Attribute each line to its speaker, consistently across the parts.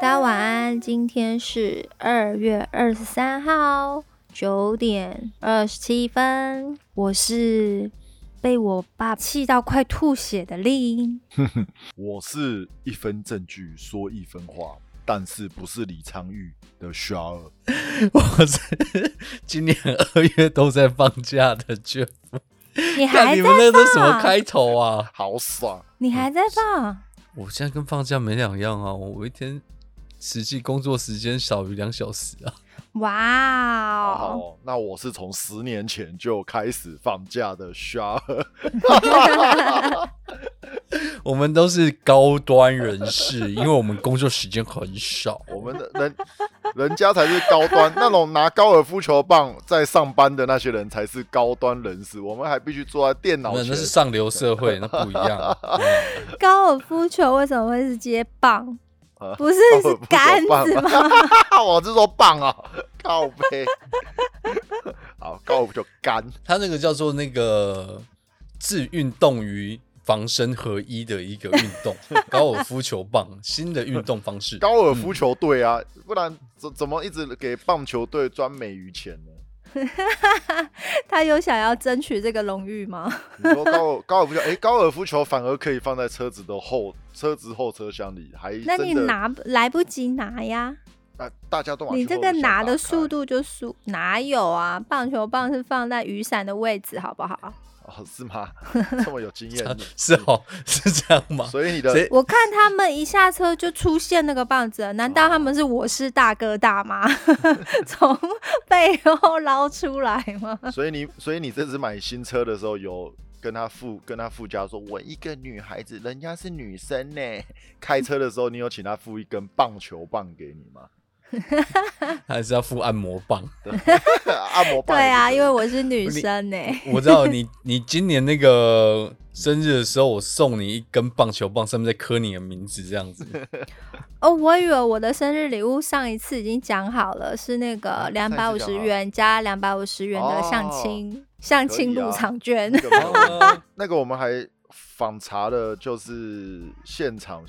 Speaker 1: 大家晚安，今天是二月二十三号九点二十七分，我是被我爸气到快吐血的丽英。
Speaker 2: 我是一分证据说一分话，但是不是李昌钰的肖尔。
Speaker 3: 我是今年二月都在放假的卷，
Speaker 1: 你还
Speaker 3: 看你
Speaker 1: 在
Speaker 3: 们那都什么
Speaker 1: 放？
Speaker 3: 开头啊！
Speaker 2: 好爽！
Speaker 1: 你还在放？
Speaker 3: 我现在跟放假没两样啊，我一天实际工作时间少于两小时啊。
Speaker 1: 哇哦！
Speaker 2: 哦，那我是从十年前就开始放假的肖尔。
Speaker 3: 我们都是高端人 士，因为我们工作时间很少。
Speaker 2: 我们的人，人家才是高端，那种拿高尔夫球棒在上班的那些人才是高端人士。我们还必须坐在电脑
Speaker 3: 那
Speaker 2: 前
Speaker 3: 那。是上流社会，那不 一样。嗯
Speaker 1: 高尔夫球为什么会是接棒？
Speaker 2: 呃
Speaker 1: 不 是
Speaker 2: 高
Speaker 1: 是
Speaker 2: 尔夫
Speaker 1: 杆
Speaker 2: 球棒
Speaker 1: 子吗？
Speaker 2: 我是说棒啊，靠背。好，高尔夫球杆。
Speaker 3: 他那个叫做那个自运动与防身合一的一个运动，高尔夫球棒，新的运动方式。
Speaker 2: 高尔夫球队啊，不然怎怎么一直给棒球队赚美余钱呢？
Speaker 1: 他有想要争取这个荣誉吗？
Speaker 2: 你说高尔高尔夫球，哎、高尔夫球反而可以放在车子的后车子后车厢里，还
Speaker 1: 那
Speaker 2: 真
Speaker 1: 你
Speaker 2: 的
Speaker 1: 拿来不及拿呀。
Speaker 2: 啊，大家都往
Speaker 1: 你
Speaker 2: 去
Speaker 1: 这
Speaker 2: 后
Speaker 1: 个
Speaker 2: 车厢
Speaker 1: 拿
Speaker 2: 打
Speaker 1: 的
Speaker 2: 开
Speaker 1: 速度就速，哪有啊？棒球棒是放在雨伞的位置，好不 好？
Speaker 2: 哦，是吗？这么有经验，你
Speaker 3: 是哦，是这样吗？
Speaker 2: 所以你 的
Speaker 3: 谁
Speaker 1: 我看他们一下车就出现那个棒子了，难道他们
Speaker 2: 哦
Speaker 1: 是我是大哥大吗？ 从 背后捞出来吗？
Speaker 2: 所以你所以你这次买新车的时候有。跟他附跟他附加说，我一个女孩子，人家是女生呢。开车的时候，你有请他附一根棒球棒给你吗？
Speaker 3: 还是要附按摩棒？
Speaker 2: 对按摩棒
Speaker 1: 对
Speaker 2: 也是
Speaker 1: 啊，
Speaker 2: 可以
Speaker 1: 因为我是 女生呢、
Speaker 3: 我知道你，你今年那个生日的时候，我送你一根棒球棒，上面再刻你的名字，这样子。
Speaker 1: 哦，我以为我的生日礼物上一次已经讲好了，是那个两百
Speaker 2: 上
Speaker 1: 五
Speaker 2: 一次
Speaker 1: 十
Speaker 2: 讲好哦
Speaker 1: 元加两百五十元的相亲、相
Speaker 2: 可
Speaker 1: 亲
Speaker 2: 以啊
Speaker 1: 入场券。
Speaker 2: 那个没有问 题
Speaker 3: 啊
Speaker 2: 那个我们还访查了，就是现场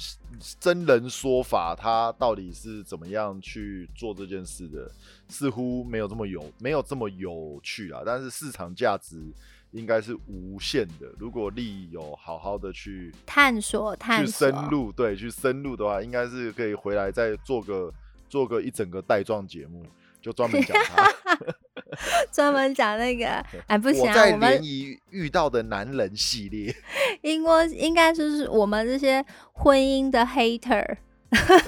Speaker 2: 真人说法，他到底是怎么样去做这件事的，似乎没有这么有没有这么有趣啊。但是市场价值应该是无限的，如果利益有好好的去
Speaker 1: 探索探
Speaker 2: 去
Speaker 1: 索，
Speaker 2: 深入，对，去深入的话，应该是可以回来再做个做个一整个带状节目，就专门讲他。
Speaker 1: 专门讲那 个，哎， 不行
Speaker 2: 我
Speaker 1: 啊，
Speaker 2: 在
Speaker 1: 我们
Speaker 2: 联谊遇到的男人系列。
Speaker 1: 应该应该就是我们这些婚姻的 hater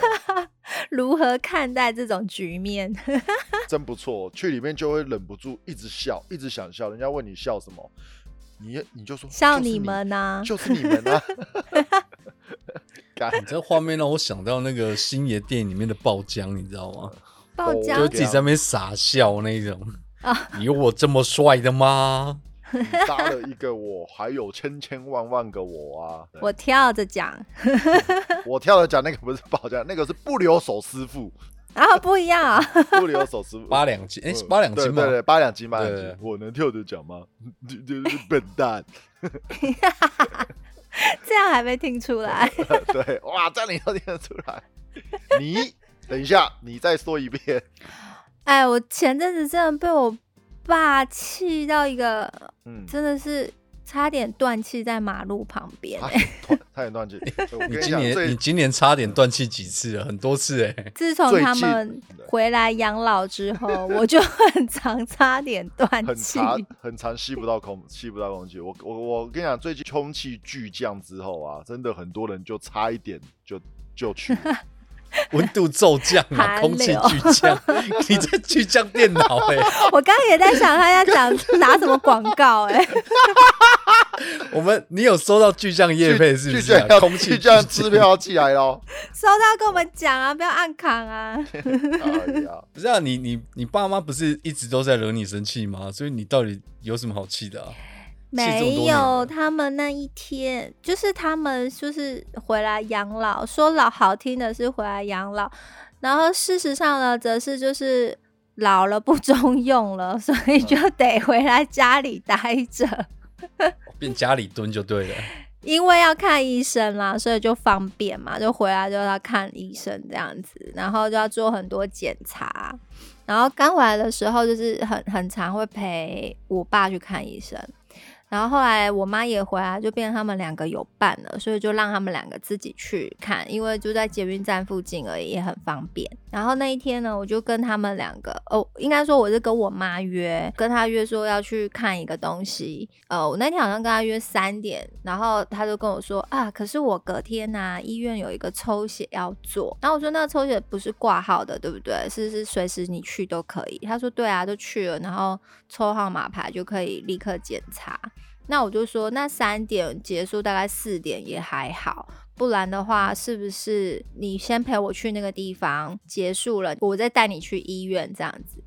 Speaker 1: 如何看待这种局面？
Speaker 2: 真不错，哦去里面就会忍不住一直笑，一直想笑。人家问你笑什么，你你就说
Speaker 1: 笑
Speaker 2: 就是
Speaker 1: 你
Speaker 2: 你
Speaker 1: 们呐、
Speaker 2: 就是你们 啊！干
Speaker 3: 你这画面让我想到那个星爷电影里面的爆浆，你知道吗？
Speaker 1: 爆
Speaker 2: 我
Speaker 3: 就是
Speaker 1: 浆
Speaker 3: 自己在那边傻笑那种
Speaker 1: 啊。
Speaker 3: 有我这么帅的吗？
Speaker 2: 你杀了一个我，还有千千万万个我啊！对
Speaker 1: 我跳着讲，
Speaker 2: 我跳着讲那个不是爆浆，那个是不留手师傅，
Speaker 1: 然后不一样啊、
Speaker 2: 不留手师傅嗯
Speaker 3: 八两金，哎、是八两金
Speaker 2: 对
Speaker 3: 吗？
Speaker 2: 对对，八两金，八两
Speaker 3: 对
Speaker 2: 金，我能跳着讲吗？ 你就是笨 蛋，
Speaker 1: 这样还没听出来。
Speaker 2: 对，哇，这样你都听得出来。你等一下，你再说一遍，
Speaker 1: 哎，我前阵子真的被我爸气到一个，
Speaker 2: 嗯，
Speaker 1: 真的是差点断气在马路旁边、
Speaker 2: 他
Speaker 1: 哎
Speaker 2: 很断，他很断气。我跟
Speaker 3: 你
Speaker 2: 你
Speaker 3: 今
Speaker 2: 讲，
Speaker 3: 年
Speaker 2: 最
Speaker 3: 你今年差点断气几次了，很多次哎、
Speaker 1: 自从
Speaker 2: 最
Speaker 1: 他
Speaker 2: 近
Speaker 1: 们回来养老之后，我就 很常差点断
Speaker 2: 很
Speaker 1: 气。
Speaker 2: 长很长吸不到空吸不到空气。我我我跟你讲，最近空气巨降之后啊，真的很多人就差一点就就去了，
Speaker 3: 温度骤降
Speaker 1: 寒
Speaker 3: 啊，空气
Speaker 1: 流
Speaker 3: 巨降， 你在巨降电脑哎、
Speaker 1: 我刚刚也在想他要讲打什么广告哎、
Speaker 3: 我们你有收到巨匠叶配是不
Speaker 2: 巨
Speaker 3: 是、啊
Speaker 2: 降？要
Speaker 3: 空气
Speaker 2: 巨降
Speaker 3: 降
Speaker 2: 支票寄来咯。
Speaker 1: 收到跟我们讲啊，不要暗扛 啊。
Speaker 2: 哎呀，
Speaker 3: 不是啊，你你你爸妈不是一直都在惹你生气吗？所以你到底有什么好气的啊？气这么
Speaker 1: 没
Speaker 3: 多年
Speaker 1: 有，
Speaker 3: 了
Speaker 1: 他们那一天就是他们就是回来养老，说老好听的是回来养老，然后事实上呢，则是就是老了不中用了，所以就得回来家里待着。
Speaker 3: 变家里蹲就对了。
Speaker 1: 因为要看医生啦，所以就方便嘛，就回来就要看医生这样子，然后就要做很多检查。然后刚回来的时候，就是很很常会陪我爸去看医生。然后后来我妈也回来，就变成他们两个有伴了，所以就让他们两个自己去看，因为就在捷运站附近而已，也很方便。然后那一天呢，我就跟他们两个，哦，应该说我是跟我妈约，跟她约说要去看一个东西。呃，我那天好像跟她约三点，然后她就跟我说啊，可是我隔天呐、医院有一个抽血要做。然后我说那个抽血不是挂号的，对不对？是是随时你去都可以。她说对啊，都去了，然后抽号码牌就可以立刻检查。那我就说，那三点结束，大概四点也还好。不然的话，是不是你先陪我去那个地方结束了，我再带你去医院这样子？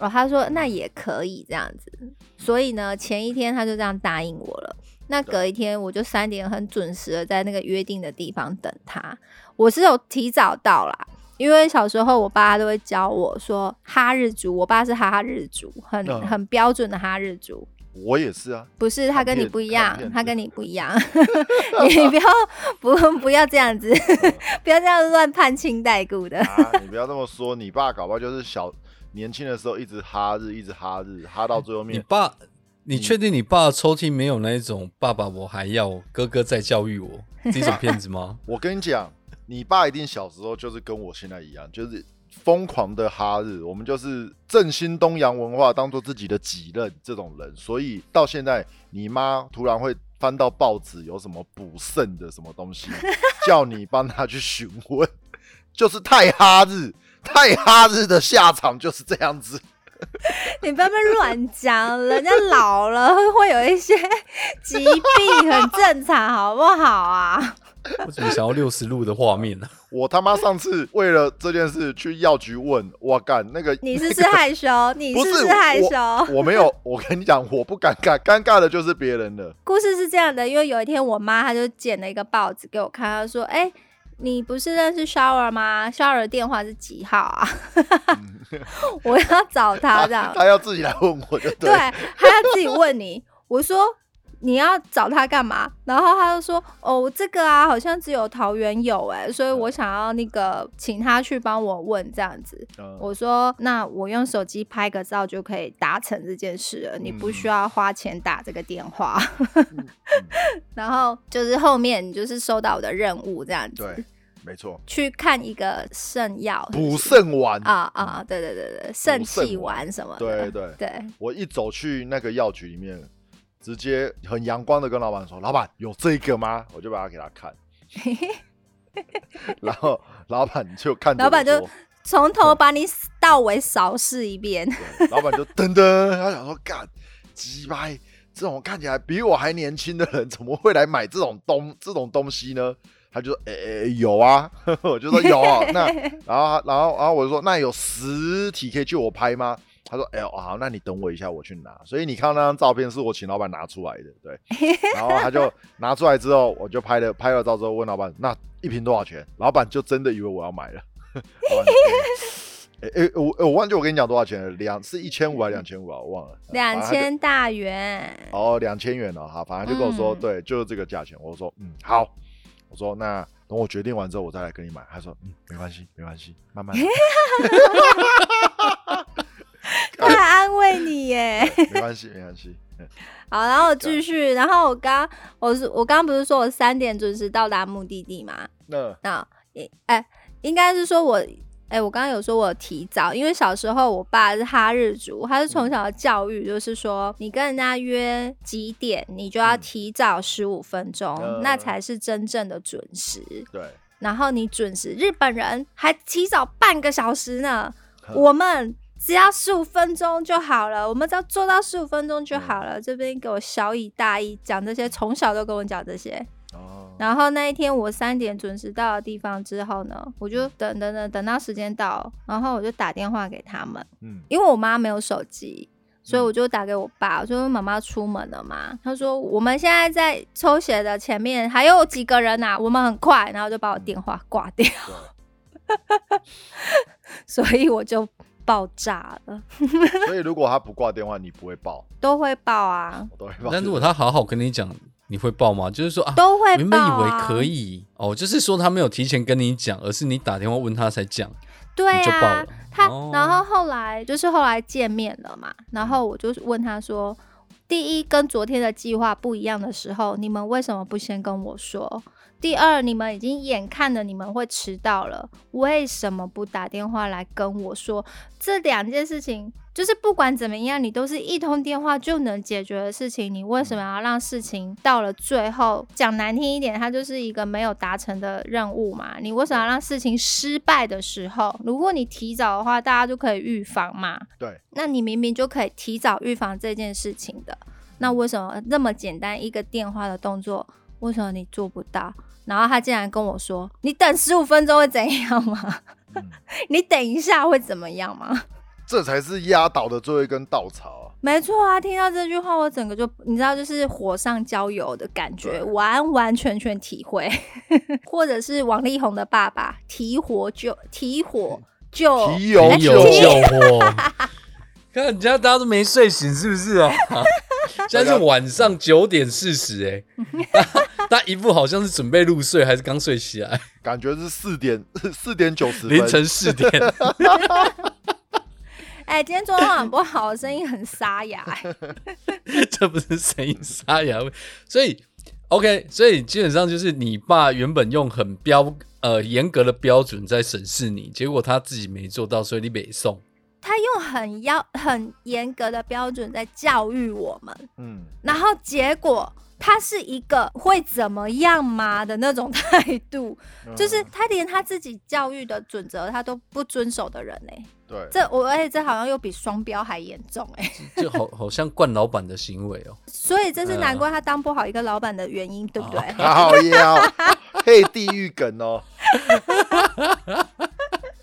Speaker 1: 哦，他说那也可以这样子。所以呢，前一天他就这样答应我了。那隔一天，我就三点很准时的在那个约定的地方等他。我是有提早到啦，因为小时候我爸都会教我说哈日族，我爸是哈日族，很
Speaker 2: 嗯
Speaker 1: 很标准的哈日族。
Speaker 2: 我也是啊，
Speaker 1: 不是，他
Speaker 2: 看
Speaker 1: 跟你
Speaker 2: 片
Speaker 1: 不一
Speaker 2: 看
Speaker 1: 样
Speaker 2: 片，
Speaker 1: 他
Speaker 2: 子
Speaker 1: 跟你不一样， 你不要不不要这样
Speaker 2: 哦
Speaker 1: 子， 不要这样乱判清代故的。
Speaker 2: 啊，你不要这么说，你爸搞不好就是小年轻的时候一直哈日，一直哈日，哈到最后
Speaker 3: 你
Speaker 2: 面
Speaker 3: 爸，你确定你爸的抽屉没有那一种“爸爸我还要哥哥在教育我”这种片子 吗？
Speaker 2: 我跟你讲，你爸一定小时候就是跟我现在一样，就是疯狂的哈日，我们就是振兴东洋文化当做自己的己任这种人，所以到现在你妈突然会翻到报纸有什么补肾的什么东 西，叫你帮她去询问，就是太哈日。太哈日的下场就是这样子，
Speaker 1: 你不要被乱讲，人家老了会有一些疾病，很正常，好不好 啊？
Speaker 3: 我怎么想要六十路的画面啊呢、
Speaker 2: 我他妈上次为了这件事去药局问，我干那个
Speaker 1: 你是不是害羞？你
Speaker 2: 不
Speaker 1: 是不
Speaker 2: 是
Speaker 1: 是害羞？
Speaker 2: 我，我没有，我跟你讲，我不尴尬，尴尬的就是别人了。
Speaker 1: 故事是这样的，因为有一天我妈她就剪了一个报纸给我看，她说：“哎、你不是认识 Shower 吗？Shower 的电话是几号啊？
Speaker 2: 嗯
Speaker 1: 我要找他啊这 样。”
Speaker 2: 他要自己来问我就
Speaker 1: 对，
Speaker 2: 了
Speaker 1: 还要自己问你。我说你要找他干嘛？然后他就说哦，这个啊，好像只有桃园有哎、所以
Speaker 2: 嗯
Speaker 1: 我想要那个请他去帮我问这样子。
Speaker 2: 嗯
Speaker 1: 我说那我用手机拍个照就可以达成这件事了，你
Speaker 2: 嗯
Speaker 1: 不需要花钱打这个电话。 然后就是后面你就是收到我的任务这样子，
Speaker 2: 对，没错，
Speaker 1: 去看一个圣药是不
Speaker 2: 补
Speaker 1: 是
Speaker 2: 肾丸。
Speaker 1: 啊啊，对对对对，肾
Speaker 2: 肾
Speaker 1: 气
Speaker 2: 丸
Speaker 1: 丸什么
Speaker 2: 对
Speaker 1: 的，
Speaker 2: 对，
Speaker 1: 对。
Speaker 2: 我一走去那个药局里面，直接很阳光的跟老板说：“老板有这个吗？”我就把它给他 看，然后老板就看着
Speaker 1: 老
Speaker 2: 我说，
Speaker 1: 板就从
Speaker 2: 哦
Speaker 1: 头把你到尾扫视一遍。
Speaker 2: 对老板就噔噔，他想说干鸡掰，这种看起来比我还年轻的人，怎么会来买这种东这种东西呢？他就说诶、诶诶有啊， 我就说有啊、那然后他然后然后我就说那有实体可以借我拍吗？他说哎、呦好，那你等我一下，我去拿。所以你看到那张照片是我请老板拿出来的，对。然后他就拿出来之后，我就拍了拍了照之后问老板那一瓶多少钱？老板就真的以为我要买了。 老板就诶诶、我哎我忘记我跟你讲多少钱了，两是一千五还是两千五啊？我忘了，
Speaker 1: 两
Speaker 2: 反正他就
Speaker 1: 千大 元，
Speaker 2: 哦，两千元了哈，反正就跟我说，
Speaker 1: 嗯
Speaker 2: 对，就是这个价钱。我说，嗯，好。我说，那等我决定完之后，我再来跟你买。他说，嗯，没关系，没关系，慢慢来，
Speaker 1: 他还安慰你耶。
Speaker 2: 没关系，没关系。嗯
Speaker 1: 好，然后我继续，
Speaker 2: 啊
Speaker 1: 然后我刚我是我刚不是说我三点准时到达目的地吗？
Speaker 2: 那
Speaker 1: 那诶哎，应该是说我。哎、我刚刚有说我有提早，因为小时候我爸是哈日族，他是
Speaker 2: 嗯
Speaker 1: 从小的教育就是说，你跟人家约几点，你就要
Speaker 2: 嗯
Speaker 1: 提早十五分钟，
Speaker 2: 嗯
Speaker 1: 那才是真正的准时。
Speaker 2: 对，
Speaker 1: 然后你准时，日本人还提早半个小时呢，
Speaker 2: 哼
Speaker 1: 我们只要十五分钟就好了，我们只要做到十五分钟就好了。这边给我小以大义讲这些，从小都跟我讲这些。
Speaker 2: 哦，
Speaker 1: 然后那一天我三点准时到的地方之后呢，我就等等等等到时间到，然后我就打电话给他们，
Speaker 2: 嗯，
Speaker 1: 因为我妈没有手机。所以
Speaker 3: 嗯
Speaker 1: 我就打给我爸，我说妈妈出门了嘛，他说我们现在在抽血的前面还有几个人呐、啊我们很快，然后就把
Speaker 3: 嗯
Speaker 1: 我电话挂掉。
Speaker 2: 对，
Speaker 1: 所以我就爆炸了，
Speaker 2: 所以如果他不挂电话，你不会爆，
Speaker 1: 都会爆啊。
Speaker 2: 我都会爆。
Speaker 3: 但如果他好好跟你讲，你会报吗？就是说啊，
Speaker 1: 都会
Speaker 3: 我原本以
Speaker 1: 报
Speaker 3: 为
Speaker 1: 啊
Speaker 3: 可以哦，就是说他没有提前跟你讲，而是你打电话问他才讲。
Speaker 1: 对
Speaker 3: 你就报
Speaker 1: 啊
Speaker 3: 了，
Speaker 1: 他
Speaker 3: 哦
Speaker 1: 然后后来就是后来见面了嘛，然后我就问他说，第一跟昨天的计划不一样的时候，你们为什么不先跟我说？第二，你们已经眼看着你们会迟到了，为什么不打电话来跟我说？这两件事情就是不管怎么样，你都是一通电话就能解决的事情，你为什么要让事情到了最后？讲难听一点，它就是一个没有达成的任务嘛。你为什么要让事情失败的时候？如果你提早的话，大家就可以预防嘛。
Speaker 2: 对，
Speaker 1: 那你明明就可以提早预防这件事情的，那为什么那么简单一个电话的动作，为什么你做不到？然后他竟然跟我说：“你等十五分钟会怎样吗？
Speaker 2: 嗯
Speaker 1: 你等一下会怎么样吗？”
Speaker 2: 这才是压倒的最后一根稻草啊！
Speaker 1: 没错啊，听到这句话，我整个就你知道，就是火上浇油的感觉，
Speaker 2: 对
Speaker 1: 完完全全体会。 或者是王力宏的爸爸，提火救提火救，
Speaker 2: 提油
Speaker 3: 没
Speaker 2: 救
Speaker 3: 有救火，看人家大家都没睡醒，是不是啊？现在是晚上九点四十，哎，大家一副好像是准备入睡，还是刚睡起来，
Speaker 2: 感觉是四点四点九十分，
Speaker 3: 凌晨四点。
Speaker 1: 哎、今天中文很不好，声音很沙哑、 哎
Speaker 3: 这不是声音沙哑味，所以 OK，所以基本上就是你爸原本用很标呃严格的标准在审视你，结果他自己没做到，所以你北送。
Speaker 1: 他用很要很严格的标准在教育我们，
Speaker 2: 嗯，
Speaker 1: 然后结果他是一个会怎么样吗的那种态度，
Speaker 2: 嗯
Speaker 1: 就是他连他自己教育的准则他都不遵守的人哎、
Speaker 2: 对，
Speaker 1: 这我而且这好像又比双标还严重哎、
Speaker 3: 就好好像惯老板的行为哦、
Speaker 1: 所以这是
Speaker 3: 嗯哦
Speaker 1: 难怪他当不好一个老板的原因，对不对？
Speaker 2: 好呀，嘿，地狱梗哦，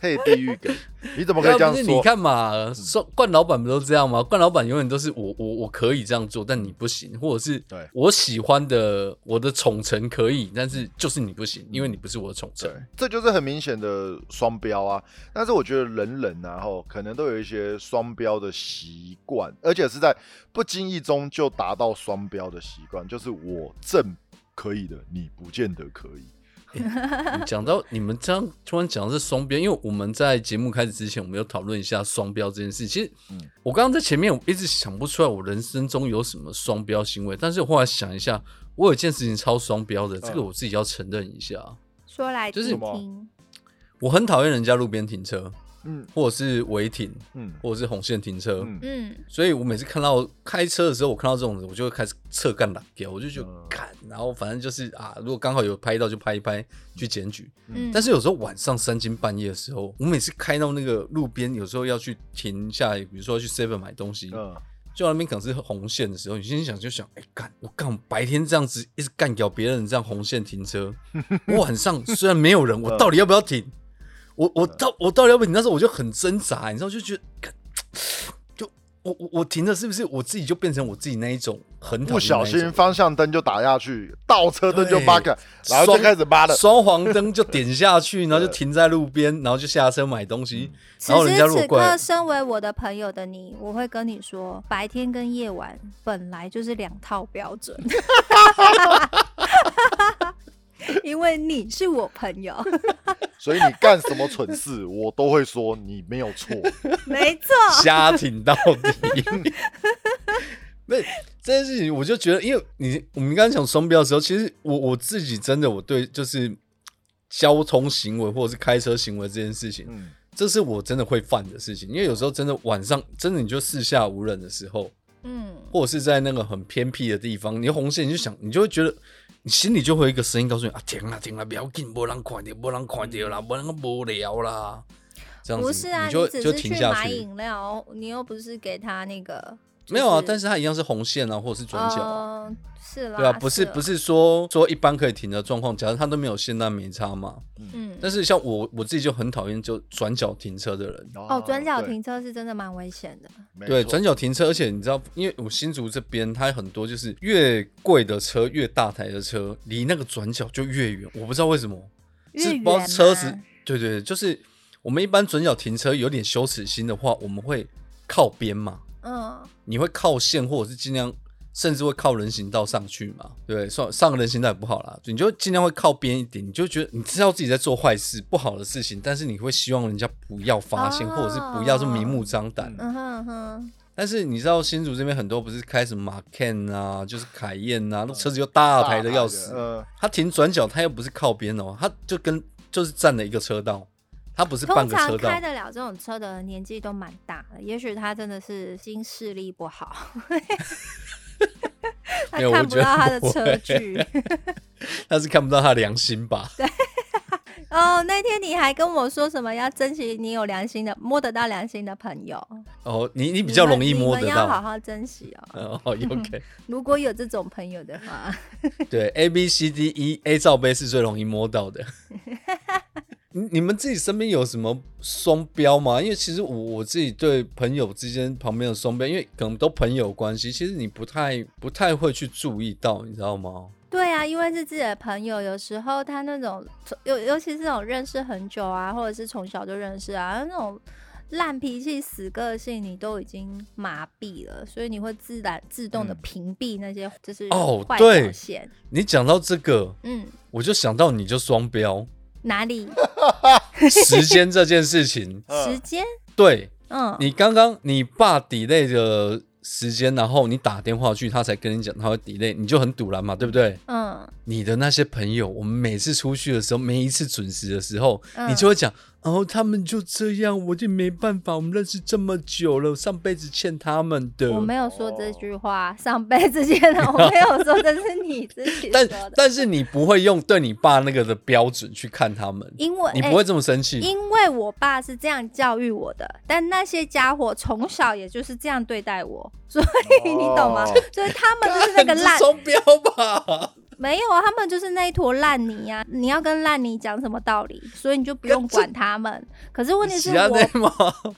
Speaker 2: 嘿，地狱梗，你怎么可以这
Speaker 3: 要
Speaker 2: 样
Speaker 3: 啊不是你
Speaker 2: 说？嗯
Speaker 3: 看嘛，说惯老板不都这样吗？惯老板永远都是我我我可以这样做，但你不行，或者是
Speaker 2: 对
Speaker 3: 我喜欢的我的宠臣可以，但是就是你不行，因为你不是我的宠臣
Speaker 2: 嗯对。，这就是很明显的双标啊。但是我觉得人人然、后可能都有一些双标的习惯，而且是在不经意中就达到双标的习惯，就是我正可以的，你不见得可以。
Speaker 3: 你讲到你们这样突然讲的是双标，因为我们在节目开始之前，我们有讨论一下双标这件事。其实
Speaker 2: 嗯，
Speaker 3: 我刚刚在前面我一直想不出来我人生中有什么双标行为，但是我后来想一下，我有一件事情超双标的，这
Speaker 2: 嗯
Speaker 3: 个我自己要承认一下，
Speaker 1: 说来
Speaker 3: 就是
Speaker 1: 听
Speaker 2: 什
Speaker 1: 听
Speaker 2: 么。
Speaker 3: 我很讨厌人家路边停车，
Speaker 2: 嗯
Speaker 3: 或者是违停，
Speaker 2: 嗯
Speaker 3: 或者是红线停车。
Speaker 2: 嗯，
Speaker 1: 嗯，
Speaker 3: 所以我每次看到开车的时候，我看到这种人，我就会开始侧干打给，我就觉得
Speaker 2: 嗯
Speaker 3: 干，然后反正就是啊，如果刚好有拍到就拍一拍去检举，
Speaker 1: 嗯
Speaker 3: 但是有时候晚上三更半夜的时候，我每次开到那个路边，有时候要去停下来，比如说要去 Seven 买东西，
Speaker 2: 嗯
Speaker 3: 就那边可能是红线的时候，你心里想就想，哎、干我干我白天这样子一直干掉别人，这样红线停 车，我晚上虽然没有人，我到底要不要停？我我
Speaker 2: 嗯
Speaker 3: 到我到底要不要停？那时候我就很挣扎，你知道，就觉得，干就我我我停了是不是我自己就变成我自己那一种很讨
Speaker 2: 不
Speaker 3: 厌那
Speaker 2: 小
Speaker 3: 一种
Speaker 2: 心方向灯就打下去，倒车灯就扒开，
Speaker 3: 对
Speaker 2: 然后就
Speaker 3: 双
Speaker 2: 开始扒了。
Speaker 3: 双黄灯就点下去，然后就
Speaker 2: 对嗯
Speaker 3: 停在路边，然后就下车买东西，
Speaker 1: 此
Speaker 3: 然后人家
Speaker 1: 时
Speaker 3: 如果
Speaker 1: 此
Speaker 3: 过来
Speaker 1: 刻，，身为我的朋友的你，我会跟你说，白天跟夜晚本来就是两套标准， 因为你是我朋友，
Speaker 2: 所以你干什么蠢事，我都会说你没有 错。
Speaker 1: 没 错。
Speaker 3: 瞎挺到底。 那这件事情，我就觉得，因为你我们刚刚讲双标的时候，其实我我自己真的我对就是交通行为或者是开车行为这件事情，
Speaker 2: 嗯，
Speaker 3: 这是我真的会犯的事情。因为有时候真的晚上真的你就四下无人的时候，
Speaker 1: 嗯，
Speaker 3: 或者是在那个很偏僻的地方，你红线你就想，你就会觉得，你心里就会有一个声音告诉你啊，停啦停啦，不要紧，没人看到，没人看到啦，没人无聊啦，这样子，
Speaker 1: 不是啊，
Speaker 3: 你
Speaker 1: 你
Speaker 3: 就
Speaker 1: 只
Speaker 3: 就是停
Speaker 1: 去
Speaker 3: 下
Speaker 1: 买
Speaker 3: 去。
Speaker 1: 饮料，你又不是给他那个。就是
Speaker 3: 没有啊，但是它一样是红线啊，或者是转角啊、
Speaker 1: 嗯是啦，
Speaker 3: 对啊，不是不
Speaker 1: 是，
Speaker 3: 是说说一般可以停的状况，假如它都没有线，那没差嘛。
Speaker 1: 嗯，
Speaker 3: 但是像我我自己就很讨厌就转角停车的人，
Speaker 1: 哦，转角停车是真的蛮危险的。
Speaker 2: 对，
Speaker 3: 对，
Speaker 2: 啊没错
Speaker 3: 转角停车，而且你知道，因为我新竹这边它很多就是越贵的车、越大台的车，离那个转角就越远。我不知道为什么，
Speaker 1: 越
Speaker 3: 是不知道
Speaker 1: 远啊
Speaker 3: 车子
Speaker 1: 吗。
Speaker 3: 对对，对就是我们一般转角停车有点羞耻心的话，我们会靠边嘛，
Speaker 1: 嗯，
Speaker 3: 你会靠线，或者是尽量甚至会靠人行道上去嘛，对，上上人行道也不好啦，你就尽量会靠边一点，你就觉得你知道自己在做坏事、不好的事情，但是你会希望人家不要发现，
Speaker 1: 哦
Speaker 3: 或者是不要是明目张胆。
Speaker 2: 嗯
Speaker 1: 嗯哼嗯哼，
Speaker 3: 但是你知道新竹这边很多不是开什么马 can 啊，就是凯宴
Speaker 1: 嗯
Speaker 3: 啊，那车子又大台的要死，
Speaker 2: 呃，
Speaker 3: 他停转角他又不是靠边哦，他就跟就是占了一个车道，他不是半
Speaker 1: 通
Speaker 3: 个车
Speaker 1: 常
Speaker 3: 道
Speaker 1: 开。得了这种车的人年纪都蛮大的，也许他真的是新视力不好， 他
Speaker 3: 没哎有我
Speaker 1: 看不
Speaker 3: 觉得
Speaker 1: 到他的
Speaker 3: 不
Speaker 1: 车
Speaker 3: 会
Speaker 1: 距。
Speaker 3: 他是看不到他的良心吧？
Speaker 1: 哦，那天你还跟我说什么要珍惜你有良心的、摸得到良心的朋友，
Speaker 3: 哦，你你比较容易
Speaker 1: 你们
Speaker 3: 摸
Speaker 1: 你
Speaker 3: 得
Speaker 1: 们要好
Speaker 3: 到。
Speaker 1: 好珍惜哦。
Speaker 3: 哦，OK，
Speaker 1: 如果有这种朋友的话，
Speaker 3: 对，A B C D E A 罩杯是最容易摸到的。你你们自己身边有什么双标吗？因为其实我我自己对朋友之间旁边的双标，因为可能都朋友关系，其实你不太不太会去注意到，你知道吗？
Speaker 1: 对啊，因为是自己的朋友，有时候他那种尤尤其是那种认识很久啊，或者是从小就认识啊，那种烂脾气、死个性，你都已经麻痹了，所以你会自然自动的
Speaker 2: 嗯
Speaker 1: 屏蔽那些就是
Speaker 3: 哦
Speaker 1: 坏
Speaker 3: 对
Speaker 1: 表现。
Speaker 3: 你讲到这个，
Speaker 1: 嗯，
Speaker 3: 我就想到你就双标
Speaker 1: 哪里？
Speaker 3: 时间这件事情。
Speaker 2: 嗯
Speaker 1: 时间？
Speaker 3: 对
Speaker 1: 嗯，
Speaker 3: 你刚刚你爸 delay 的时间，然后你打电话去，他才跟你讲他会 delay，你就很堵然嘛，对不对？
Speaker 1: 嗯，
Speaker 3: 你的那些朋友，我们每次出去的时候，每一次准时的时候，
Speaker 1: 嗯
Speaker 3: 你就会讲，哦，他们就这样，我就没办法，我们认识这么久了，上辈子欠他们的。
Speaker 1: 我没有说这句话，上辈子 见的，我没有说，这是你自己说
Speaker 3: 但
Speaker 1: 的。
Speaker 3: 但是你不会用对你爸那个的标准去看他们，
Speaker 1: 因为
Speaker 3: 你
Speaker 1: 哎
Speaker 3: 不会这么生气。
Speaker 1: 因为我爸是这样教育我的，但那些家伙从小也就是这样对待我， 所以你懂吗
Speaker 2: 哦？
Speaker 1: 所以他们就是那个
Speaker 3: 你是
Speaker 1: 烂，
Speaker 3: 双标吧？
Speaker 1: 没有啊，他们就是那一坨烂泥呀、啊。你要跟烂泥讲什么道理，所以你就不用管他们。可是 问题是
Speaker 3: 喜欢
Speaker 1: 我，
Speaker 3: 内 吗？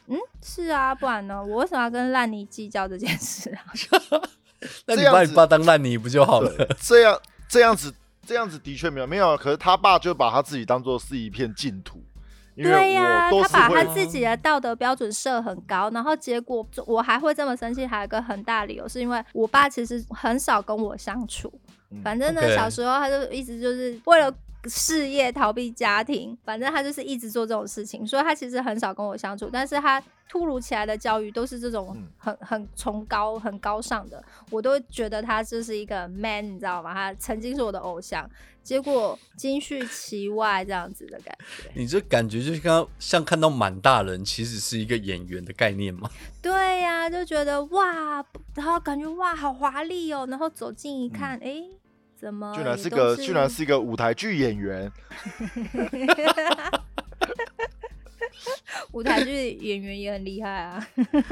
Speaker 1: 嗯，是啊，不然呢？我为什么要跟烂泥计较这件事啊？
Speaker 3: 那你
Speaker 2: 这样
Speaker 3: 把你
Speaker 2: 子
Speaker 3: 爸当烂泥不就 好了？
Speaker 2: 哦对，这样这样子这样子的确没有没有啊，可是他爸就把他自己当做是一片净土，因
Speaker 1: 对
Speaker 2: 为
Speaker 1: 呀、
Speaker 2: 我都
Speaker 1: 他
Speaker 2: 是
Speaker 1: 把
Speaker 2: 会
Speaker 1: 他自己的道德标准设很高，然后结果我还会这么生气，还有一个很大理由是因为我爸其实很少跟我相处，
Speaker 2: 嗯
Speaker 1: 反正呢
Speaker 3: OK
Speaker 1: 小时候他就一直就是为了。事业逃避家庭，反正他就是一直做这种事情，所以他其实很少跟我相处。但是他突如其来的教育都是这种
Speaker 2: 嗯
Speaker 1: 很很崇高、很高尚的，我都觉得他就是一个 man，你知道吗？他曾经是我的偶像，结果金絮其外这样子的感觉。
Speaker 3: 你这感觉就像像看到满大人，其实是一个演员的概念嘛？
Speaker 1: 对呀、就觉得哇，然后感觉哇，好华丽哦，然后走近一看，哎、怎么
Speaker 2: 嗯居然
Speaker 1: 也
Speaker 2: 是
Speaker 1: 都
Speaker 2: 个
Speaker 1: 是
Speaker 2: 居然是一个舞台剧演员，
Speaker 1: 舞台剧演员也很厉害啊。
Speaker 2: 嗯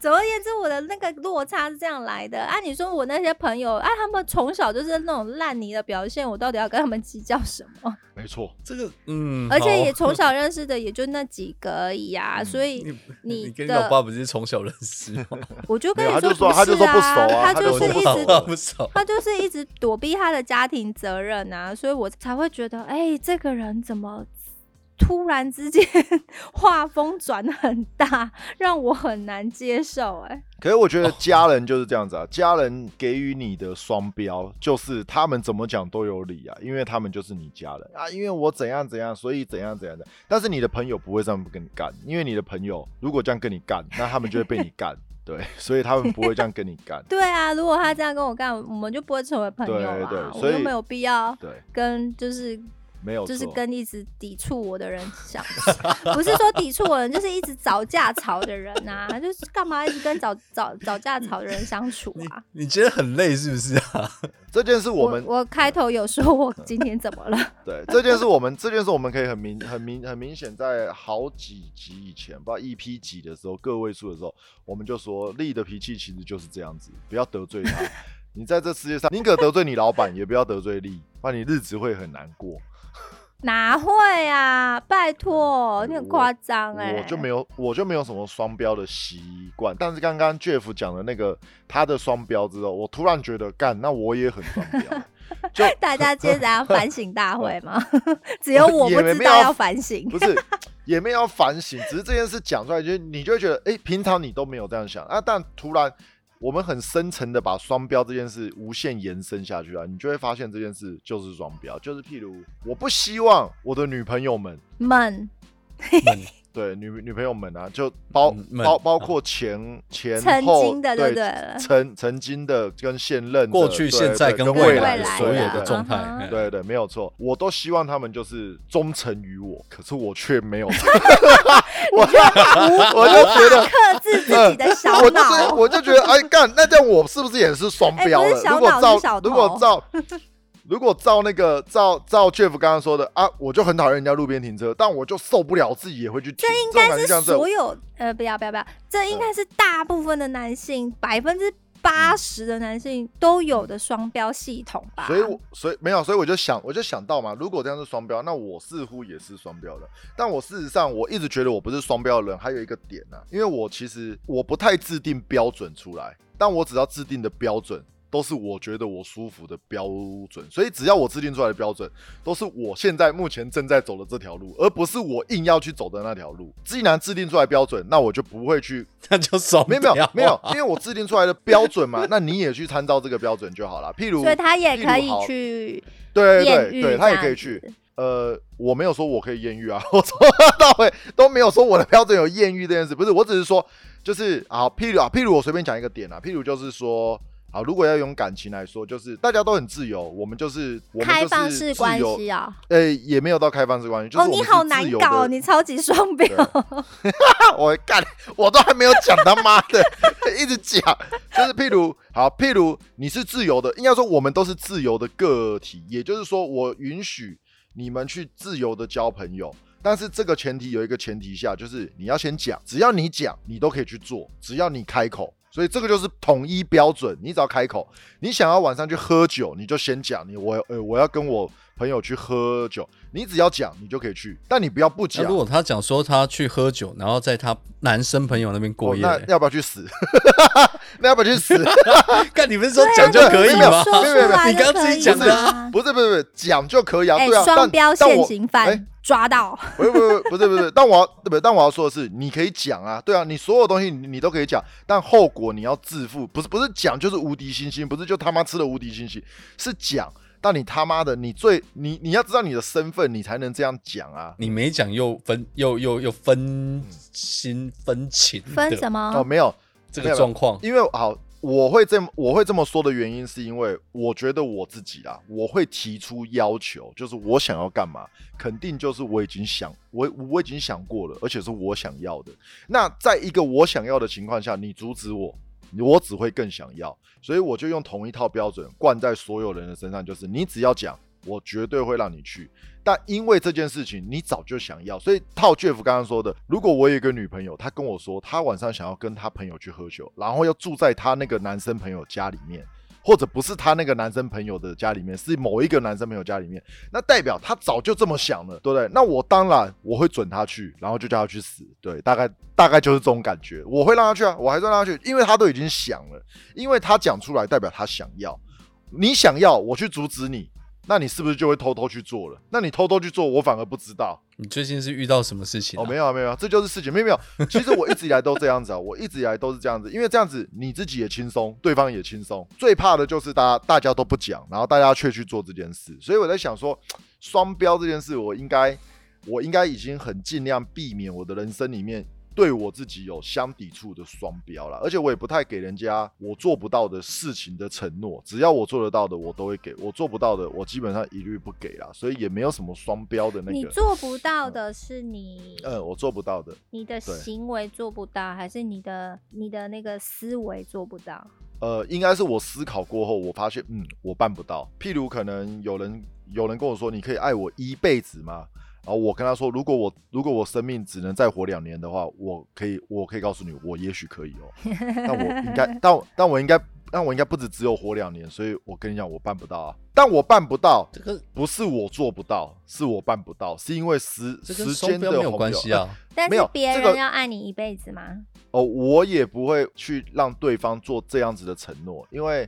Speaker 1: 总而言之，我的那个落差是这样来的。按、啊、你说，我那些朋友，啊，他们从小就是那种烂泥的表现，我到底要跟他们计较什么？
Speaker 2: 没错，
Speaker 3: 这个嗯，
Speaker 1: 而且
Speaker 3: 好
Speaker 1: 也
Speaker 2: 哦
Speaker 1: 从小认识的也就那几个而已
Speaker 2: 嗯
Speaker 1: 啊，所以
Speaker 3: 你
Speaker 1: 你
Speaker 3: 你跟你
Speaker 1: 的
Speaker 3: 老爸不是从小认识吗？
Speaker 1: 我就跟
Speaker 2: 没有
Speaker 1: 你
Speaker 2: 他就
Speaker 1: 不
Speaker 2: 说他就是说不熟啊
Speaker 1: 他
Speaker 2: 他
Speaker 1: 就
Speaker 2: 就是说
Speaker 1: 一
Speaker 2: 不
Speaker 1: 直
Speaker 2: 熟啊
Speaker 3: 不熟。
Speaker 1: 他就是一直躲避他的家庭责任啊，所以我才会觉得，哎、这个人怎么突然之间 画风转很大，让我很难接受、哎，
Speaker 2: 可是我觉得家人就是这样子啊，家人给予你的双标就是他们怎么讲都有理啊，因为他们就是你家人啊，因为我怎样怎样，所以怎样怎样的。但是你的朋友不会这样跟你干，因为你的朋友如果这样跟你干，那他们就会被你干， 对，所以他们不会这样跟你干，
Speaker 1: 对啊，如果他这样跟我干，我们就不会成为朋友啦。
Speaker 2: 对对
Speaker 1: 我
Speaker 2: 所以
Speaker 1: 又没有必要
Speaker 2: 对，
Speaker 1: 跟就是
Speaker 2: 没有错，
Speaker 1: 就是跟一直抵触我的人相处，不是说抵触我的人，就是一直找架吵的人呐、就是干嘛一直跟找找找架吵的人相处啊？
Speaker 3: 你觉得很累是不是啊？
Speaker 2: 这件事我
Speaker 1: 我
Speaker 2: 们
Speaker 1: 我开头有说我今天怎么了？
Speaker 2: 对这件事，我们这件事我们可以很明、很明、很明显，在好几集以前，不知道 EP 几的时候，个位数的时候，我们就说丽的脾气其实就是这样子，不要得罪他。你在这世界上，宁可得罪你老板，也不要得罪丽，不然你日子会很难过。
Speaker 1: 哪会啊！拜托，你很
Speaker 2: 我
Speaker 1: 夸张哎！
Speaker 2: 我就没有，我就没有什么双标的习惯。但是刚刚 Jeff 讲的那个他的双标之后，我突然觉得，干，那我也很双标。就
Speaker 1: 大家接着要反省大会吗？ 只有我不
Speaker 2: 也
Speaker 1: 知
Speaker 2: 没
Speaker 1: 道
Speaker 2: 有
Speaker 1: 要反省。
Speaker 2: 不是，也没有要反省，只是这件事讲出来，就是你就会觉得，哎、平常你都没有这样想啊，但突然我们很深层的把双标这件事无限延伸下去啊，你就会发现这件事就是双标，就是譬如我不希望我的女朋友们，
Speaker 1: 们
Speaker 2: 对女女朋友们啊，就包
Speaker 3: 嗯们
Speaker 2: 包包括前前
Speaker 1: 曾
Speaker 2: 后
Speaker 1: 经的就对了
Speaker 2: 对曾曾经的跟现任的
Speaker 3: 过
Speaker 2: 对
Speaker 3: 去、现在
Speaker 2: 对
Speaker 3: 跟
Speaker 2: 跟
Speaker 1: 未
Speaker 3: 来
Speaker 2: 来
Speaker 3: 的
Speaker 1: 的
Speaker 3: 所有
Speaker 1: 啊
Speaker 3: 的
Speaker 2: 对
Speaker 3: 状态
Speaker 1: 嗯，
Speaker 3: 哎
Speaker 2: 对对，没有错，我都希望他们就是忠诚于我，可是我却没有。我我就觉得，嗯
Speaker 1: 克制自己的小
Speaker 2: 我就
Speaker 1: 脑
Speaker 2: 是，我就觉得，哎干，那这样我是不是也是双标
Speaker 1: 哎不
Speaker 2: 了？
Speaker 1: 是小
Speaker 2: 如果
Speaker 1: 脑是小
Speaker 2: 照
Speaker 1: 头
Speaker 2: 如果照如果照那个照照 Jeff 刚刚说的啊，我就很讨厌人家路边停车，但我就受不了自己也会去停。这应
Speaker 1: 应该是所有呃，不要不要不要，这应该是大部分的男性，百分之八十的男性都有的双标系统吧。
Speaker 2: 所以我所以没有，所以我就想，我就想到嘛，如果这样是双标，那我似乎也是双标的。但我事实上，我一直觉得我不是双标的人，还有一个点呢、因为我其实我不太制定标准出来，但我只要制定的标准都是我觉得我舒服的标准，所以只要我制定出来的标准，都是我现在目前正在走的这条路，而不是我硬要去走的那条路。既然制定出来标准，那我就不会去
Speaker 3: 那就啊双
Speaker 2: 没
Speaker 3: 标
Speaker 2: 有没有没有，因为我制定出来的标准嘛，那你也去参照这个标准就好了。譬如，
Speaker 1: 所以他也可以
Speaker 2: 例如好
Speaker 1: 去
Speaker 2: 对
Speaker 1: 艳
Speaker 2: 对
Speaker 1: 遇
Speaker 2: 对，
Speaker 1: 这样子，
Speaker 2: 对他也可以去。呃，我没有说我可以艳遇啊， 我从头到尾都没有说我的标准有艳遇这件事，不是，我只是说，就是啊，譬如啊，譬如我随便讲一个点啊，譬如就是说。啊，如果要用感情来说，就是大家都很自由，我们就是我们
Speaker 1: 开
Speaker 2: 就是
Speaker 1: 放式
Speaker 2: 自
Speaker 1: 关
Speaker 2: 由
Speaker 1: 系啊。
Speaker 2: 呃、也没有到开放式关系，就是
Speaker 1: 哦，
Speaker 2: 我
Speaker 1: 你
Speaker 2: 们是
Speaker 1: 好
Speaker 2: 自
Speaker 1: 难
Speaker 2: 由
Speaker 1: 搞哦，
Speaker 2: 的
Speaker 1: 你超级双标。
Speaker 2: 我干，我都还没有讲他妈的，一直讲，就是譬如，好，譬如你是自由的，应该说我们都是自由的个体，也就是说，我允许你们去自由的交朋友，但是这个前提有一个前提下，就是你要先讲，只要你讲，你都可以去做，只要你开口。所以这个就是统一标准，你只要开口，你想要晚上去喝酒，你就先讲，你我呃我要跟我朋友去喝酒，你只要讲，你就可以去，但你不要不
Speaker 3: 那
Speaker 2: 讲
Speaker 3: 如。果他讲说他去喝酒，然后在他男生朋友那边过
Speaker 2: 哦
Speaker 3: 夜，
Speaker 2: 那要不要去死？ 那要不要去死？
Speaker 3: 看你不是说讲就
Speaker 2: 对啊
Speaker 3: 可以
Speaker 1: 你
Speaker 2: 没有
Speaker 3: 吗？
Speaker 1: 说出
Speaker 2: 没有没有
Speaker 1: 来
Speaker 3: 你
Speaker 1: 就可
Speaker 3: 刚刚自
Speaker 1: 以
Speaker 3: 己讲的
Speaker 1: 啊。
Speaker 2: 不是不是不是，讲就可以啊，
Speaker 1: 哎
Speaker 2: 对啊，，
Speaker 1: 双标
Speaker 2: 但但
Speaker 1: 现
Speaker 2: 我
Speaker 1: 行
Speaker 2: 哎
Speaker 1: 犯抓到，
Speaker 2: 不是不是不是不是，但我要对不对？但我要说的是，你可以讲啊，对啊，你所有东西你你都可以讲，但后果你要自负，不是不是讲就是无敌星星，不是就他妈吃了无敌星星，是讲，但你他妈的你最你你要知道你的身份，你才能这样讲啊。
Speaker 3: 你没讲又分又又又分心分情的
Speaker 1: 分什
Speaker 2: 哦，
Speaker 1: 么？
Speaker 2: 没有，
Speaker 3: 这
Speaker 2: 没
Speaker 3: 个
Speaker 2: 有
Speaker 3: 状况，
Speaker 2: 因为好，我会这么我会这么说的原因，是因为我觉得我自己啦，我会提出要求，就是我想要干嘛，肯定就是我已经想我我已经想过了，而且是我想要的。那在一个我想要的情况下，你阻止我，我只会更想要，所以我就用同一套标准灌在所有人的身上，就是你只要讲，我绝对会让你去。但因为这件事情，你早就想要，所以套 Jeff 刚刚说的，如果我有一个女朋友，她跟我说她晚上想要跟她朋友去喝酒，然后要住在她那个男生朋友家里面，或者不是她那个男生朋友的家里面，是某一个男生朋友家里面，那代表她早就这么想了，对不对？那我当然我会准她去，然后就叫她去死，对，大概大概就是这种感觉，我会让她去啊，我还是让她去，因为她都已经想了，因为她讲出来代表她想要，你想要我去阻止你，那你是不是就会偷偷去做了？那你偷偷去做，我反而不知道。
Speaker 3: 你最近是遇到什么事情、啊？
Speaker 2: 哦，没有、啊、没有、啊，这就是事情。没有没有， 其实我一直以来都这样子啊，我一直以来都是这样子，因为这样子你自己也轻松，对方也轻松。最怕的就是大家大家都不讲，然后大家却去做这件事。所以我在想说，双标这件事，我应该我应该已经很尽量避免我的人生里面。对我自己有相抵触的双标啦，而且我也不太给人家我做不到的事情的承诺，只要我做得到的我都会给，我做不到的我基本上一律不给啦，所以也没有什么双标的那
Speaker 1: 你
Speaker 2: 个，
Speaker 1: 做不到的是你，
Speaker 2: 嗯，我做不到的，
Speaker 1: 你的
Speaker 2: 对
Speaker 1: 行为做不到，还是你的你的那个思维做不到？
Speaker 2: 呃，应该是我思考过后，我发现，嗯，我办不到。譬如可能有人有人跟我说，你可以爱我一辈子吗？然后我跟他说，如果我如果我生命只能再活两年的话，我可以我可以告诉你，我也许可以哦。但我应该，但我但我应该，但我应该不止只有活两年，所以我跟你讲，我办不到啊。但我办不到，
Speaker 3: 这个
Speaker 2: 不是我做不到，是我办不到，是因为时
Speaker 3: 这跟
Speaker 2: 时
Speaker 3: 双
Speaker 2: 间的
Speaker 3: 标没有
Speaker 2: 洪
Speaker 3: 关
Speaker 2: 流
Speaker 3: 系啊。
Speaker 1: 但
Speaker 2: 没
Speaker 1: 是
Speaker 2: 有
Speaker 1: 别
Speaker 2: 这
Speaker 1: 人
Speaker 2: 个
Speaker 1: 要爱你一辈子吗？
Speaker 2: 哦，我也不会去让对方做这样子的承诺，因为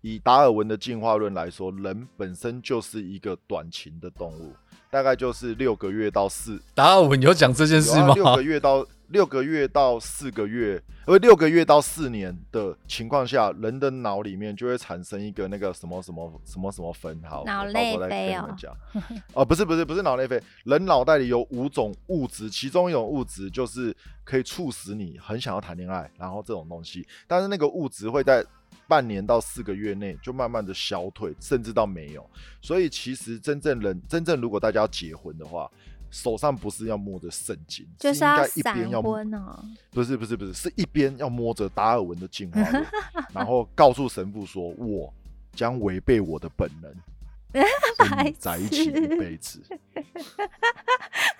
Speaker 2: 以达尔文的进化论来说，人本身就是一个短情的动物。大概就是六个月到四，
Speaker 3: 达尔文有讲这件事
Speaker 2: 有啊
Speaker 3: 吗？
Speaker 2: 六个月到六个月到四个月，呃，六个月到四年的情况下，人的脑里面就会产生一个那个什么什么什么什么分好，
Speaker 1: 脑
Speaker 2: 我到
Speaker 1: 内
Speaker 2: 时候再跟
Speaker 1: 啡
Speaker 2: 你
Speaker 1: 哦
Speaker 2: 们讲。哦，不是不是不是脑内啡，人脑袋里有五种物质，其中一种物质就是可以促使你很想要谈恋爱，然后这种东西，但是那个物质会在半年到四个月内就慢慢的消退，甚至到没有。所以其实真正人真正如果大家要结婚的话，手上不是要摸着圣经，
Speaker 1: 就是
Speaker 2: 应
Speaker 1: 要
Speaker 2: 该一边
Speaker 1: 闪
Speaker 2: 要
Speaker 1: 婚哦，
Speaker 2: 不是不是不是，是一边要摸着达尔文的进化 论，然后告诉神父说，我将违背我的本 能，跟你在一起一辈子。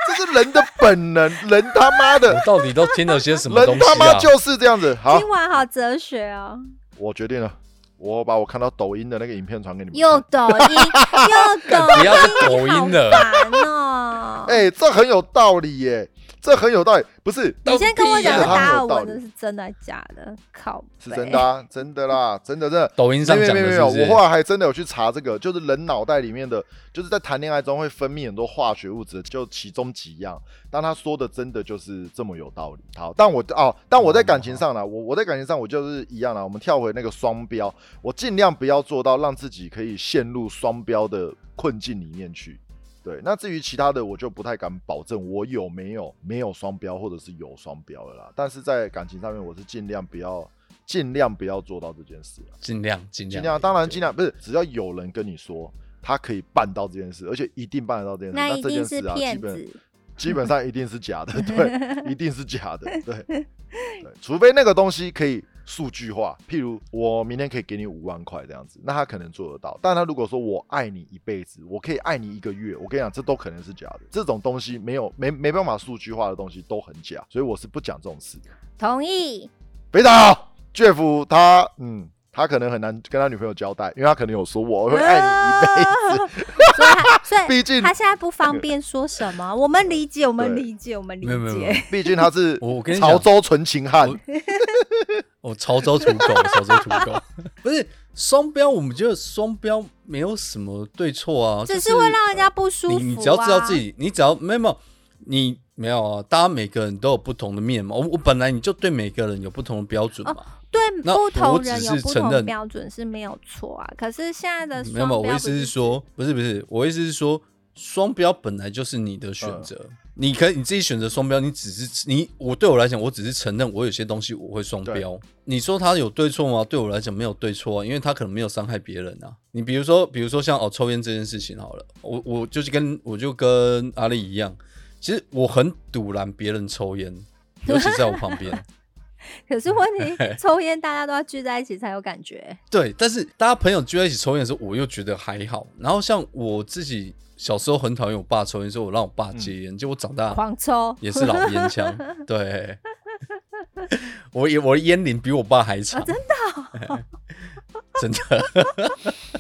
Speaker 2: 这是人的本能，人他妈的
Speaker 3: 我，到底都听了些 什么东
Speaker 2: 人
Speaker 3: 西
Speaker 2: 他妈
Speaker 3: 啊？
Speaker 2: 就是这样子。好
Speaker 1: 今，晚好哲学哦，
Speaker 2: 我决定了，我把我看到抖音的那个影片传给你们
Speaker 1: 又
Speaker 2: 看。
Speaker 1: 抖 音又抖音，
Speaker 3: 不要再抖音了
Speaker 1: 好烦哦。
Speaker 2: 哎、这很有道理耶，这很有道理，不是
Speaker 1: 你先跟我讲
Speaker 2: 这
Speaker 1: 个
Speaker 2: 个
Speaker 1: 达尔
Speaker 2: 他们有道
Speaker 1: 文
Speaker 2: 理
Speaker 1: 的是真的还是假的？靠北，
Speaker 2: 是真的啊，真的啦，真的真的。
Speaker 3: 抖音上
Speaker 2: 没有
Speaker 3: 讲
Speaker 2: 没有
Speaker 3: 的
Speaker 2: 没
Speaker 3: 是
Speaker 2: 有，
Speaker 3: 不是
Speaker 2: 我后来还真的有去查这个，就是人脑袋里面的，就是在谈恋爱中会分泌很多化学物质，就其中几样。但他说的真的就是这么有道理。好，但我哦，但我在感情上呢，我我在感情上我就是一样啦。我们跳回那个双标，我尽量不要做到让自己可以陷入双标的困境里面去。对，那至于其他的，我就不太敢保证我有没有没有双标，或者是有双标了啦。但是在感情上面，我是尽量不要，尽量不要做到这件事啊。
Speaker 3: 尽量尽
Speaker 2: 尽
Speaker 3: 量，
Speaker 2: 量，当然尽量不是，只要有人跟你说他可以办到这件事，而且一定办得到这件事，
Speaker 1: 那
Speaker 2: 那
Speaker 1: 一
Speaker 2: 这
Speaker 1: 定
Speaker 2: 件
Speaker 1: 是
Speaker 2: 事啊，基
Speaker 1: 骗
Speaker 2: 本
Speaker 1: 子。
Speaker 2: 基本上一定 是假的，对，一定是假的，对，对，除非那个东西可以数据化，譬如我明天可以给你五万块这样子，那他可能做得到。但他如果说我爱你一辈子，我可以爱你一个月，我跟你讲，这都可能是假的。这种东西没有没没办法数据化的东西都很假，所以我是不讲这种事的。
Speaker 1: 同意，
Speaker 2: 非常好。Jeff 他嗯，他可能很难跟他女朋友交代，因为他可能有说我会爱你一辈
Speaker 1: 子。
Speaker 2: 子。
Speaker 1: 哦 所以他，所以
Speaker 2: 毕竟
Speaker 1: 哎他现在不方便说什么，我们理解，我们理解，我们理
Speaker 3: 没有没有没有
Speaker 1: 解。
Speaker 2: 毕竟他是
Speaker 3: 我我跟你讲
Speaker 2: 潮州纯情汉，
Speaker 3: 哦，潮州土 狗，潮州土狗，不是双标，我们觉得双标没有什么对错啊，
Speaker 1: 只
Speaker 3: 就是
Speaker 1: 会让人家不舒服啊。
Speaker 3: 你你只要知道自己，你只要没有没有你没有啊，大家每个人都有不同的面貌，我我本来你就对每个人有不同的标准
Speaker 1: 哦
Speaker 3: 嘛，
Speaker 1: 对
Speaker 3: 那
Speaker 1: 不同
Speaker 3: 我只
Speaker 1: 人
Speaker 3: 是
Speaker 1: 有不
Speaker 3: 承
Speaker 1: 同
Speaker 3: 认嗯
Speaker 1: 标准是没有错啊。可是现在的
Speaker 3: 没有没有，
Speaker 1: 双
Speaker 3: 我
Speaker 1: 标
Speaker 3: 意
Speaker 1: 不
Speaker 3: 思是说，不是不是，我意思是说，双标本来就是你的选择，你可以你自己选择双标，你只是你我对我来讲，我只是承认我有些东西我会双标。你说他有对错吗？对我来讲没有对错啊，因为他可能没有伤害别人啊。你比如说，比如说像哦抽烟这件事情好了，我我就是跟我就跟阿丽一样，其实我很堵拦别人抽烟，尤其在我旁 边。
Speaker 1: 可是问 题，抽烟大家都要聚在一起才有感觉。
Speaker 3: 对，但是大家朋友聚在一起抽烟的时候，我又觉得还好。然后像我自己小时候很讨厌我爸抽烟，所以我让我爸戒烟。结果长大
Speaker 1: 狂抽，
Speaker 3: 也是老烟枪，对， 我也我的烟龄比我爸还长，真的、真的。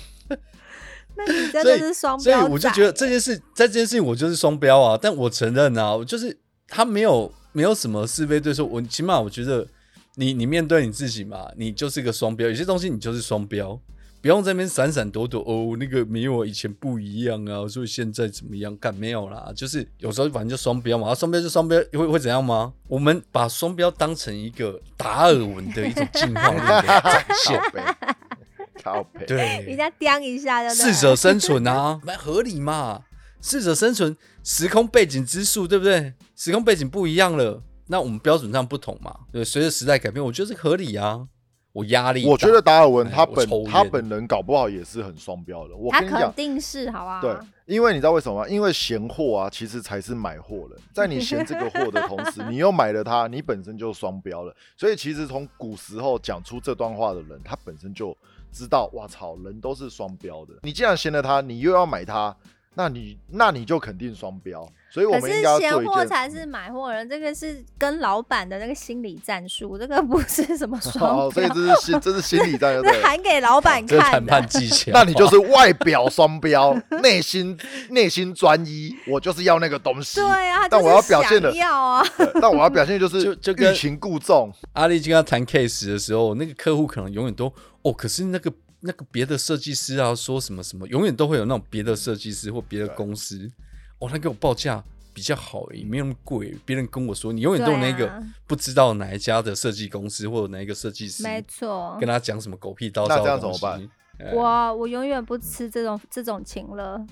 Speaker 1: 那你真
Speaker 3: 所
Speaker 1: 的
Speaker 3: 以
Speaker 1: 是双
Speaker 3: 所以
Speaker 1: 标仔耶。
Speaker 3: 我就觉得这件事，在这件事情我就是双标啊，但我承认啊，我就是他没有没有什么是非对错，我起码我觉得你你面对你自己嘛，你就是个双标，有些东西你就是双标，不用在那边闪闪躲躲哦，那个没有我以前不一样啊，所以现在怎么样？干没有啦，就是有时候反正就双标嘛，啊双标就双标，会会怎样吗？我们把双标当成一个达尔文的一种进化论的 展现
Speaker 2: 靠，背，靠背，
Speaker 3: 对，
Speaker 1: 人家掂一下就
Speaker 3: 适者生存啊， 蛮合理嘛。适者生存，时空背景之数，对不对？时空背景不一样了，那我们标准上不同嘛。对，随着时代改变，我觉得是合理啊。我压力大，
Speaker 2: 我觉得达尔文他
Speaker 3: 哎我
Speaker 2: 本
Speaker 3: 抽烟
Speaker 2: 他本人搞不好也是很双标的。我
Speaker 1: 他
Speaker 2: 跟你
Speaker 1: 肯
Speaker 2: 讲，
Speaker 1: 定是好啊。
Speaker 2: 对，因为你知道为什么吗？因为闲货啊，其实才是买货人。在你嫌这个货的同 时，你又买了它，你本身就双标了。所以其实从古时候讲出这段话的人，他本身就知道，哇操，人都是双标的。你既然嫌了它，你又要买它，那你那你就肯定双标。所以我
Speaker 1: 可
Speaker 2: 们
Speaker 1: 是
Speaker 2: 应该要
Speaker 1: 闲
Speaker 2: 做一
Speaker 1: 货
Speaker 2: 件
Speaker 1: 才是买货人，这个是跟老板的那个心理战术，这个不是什 么双
Speaker 2: 哦，所以
Speaker 1: 标
Speaker 2: 这，是心这是心 理战，对不
Speaker 1: 这
Speaker 2: 对？
Speaker 1: 喊给老板
Speaker 3: 哦这是谈
Speaker 1: 看的
Speaker 3: 判。技巧。
Speaker 2: 那你就是 外表双标，内心内心专一，我就是要那个东西。
Speaker 1: 对啊，他
Speaker 2: 但
Speaker 1: 就
Speaker 2: 我要
Speaker 1: 是
Speaker 2: 表现
Speaker 1: 想
Speaker 2: 的
Speaker 1: 要 啊，
Speaker 2: 对但我要表现的就是
Speaker 3: 就就跟
Speaker 2: 欲擒故纵，
Speaker 3: 阿丽跟他谈 case 的时候，那个客户可能永远都哦，可是那个那个别的设计师啊，说什么什么，永远都会有那种别的设计师或别的公司。哦，他给我报价比较好而已，没那么贵。别人跟我说，你永远都有
Speaker 1: 对
Speaker 3: 那个
Speaker 1: 啊
Speaker 3: 不知道哪一家的设计公司或者哪一个设计师
Speaker 1: 没错
Speaker 3: 跟。他讲什么狗屁叨
Speaker 2: 那
Speaker 3: 叨
Speaker 2: 这
Speaker 3: 的
Speaker 2: 样怎
Speaker 3: 东
Speaker 2: 么
Speaker 3: 西。
Speaker 2: 办
Speaker 3: 哎
Speaker 1: 我我永远不吃这种这种情了，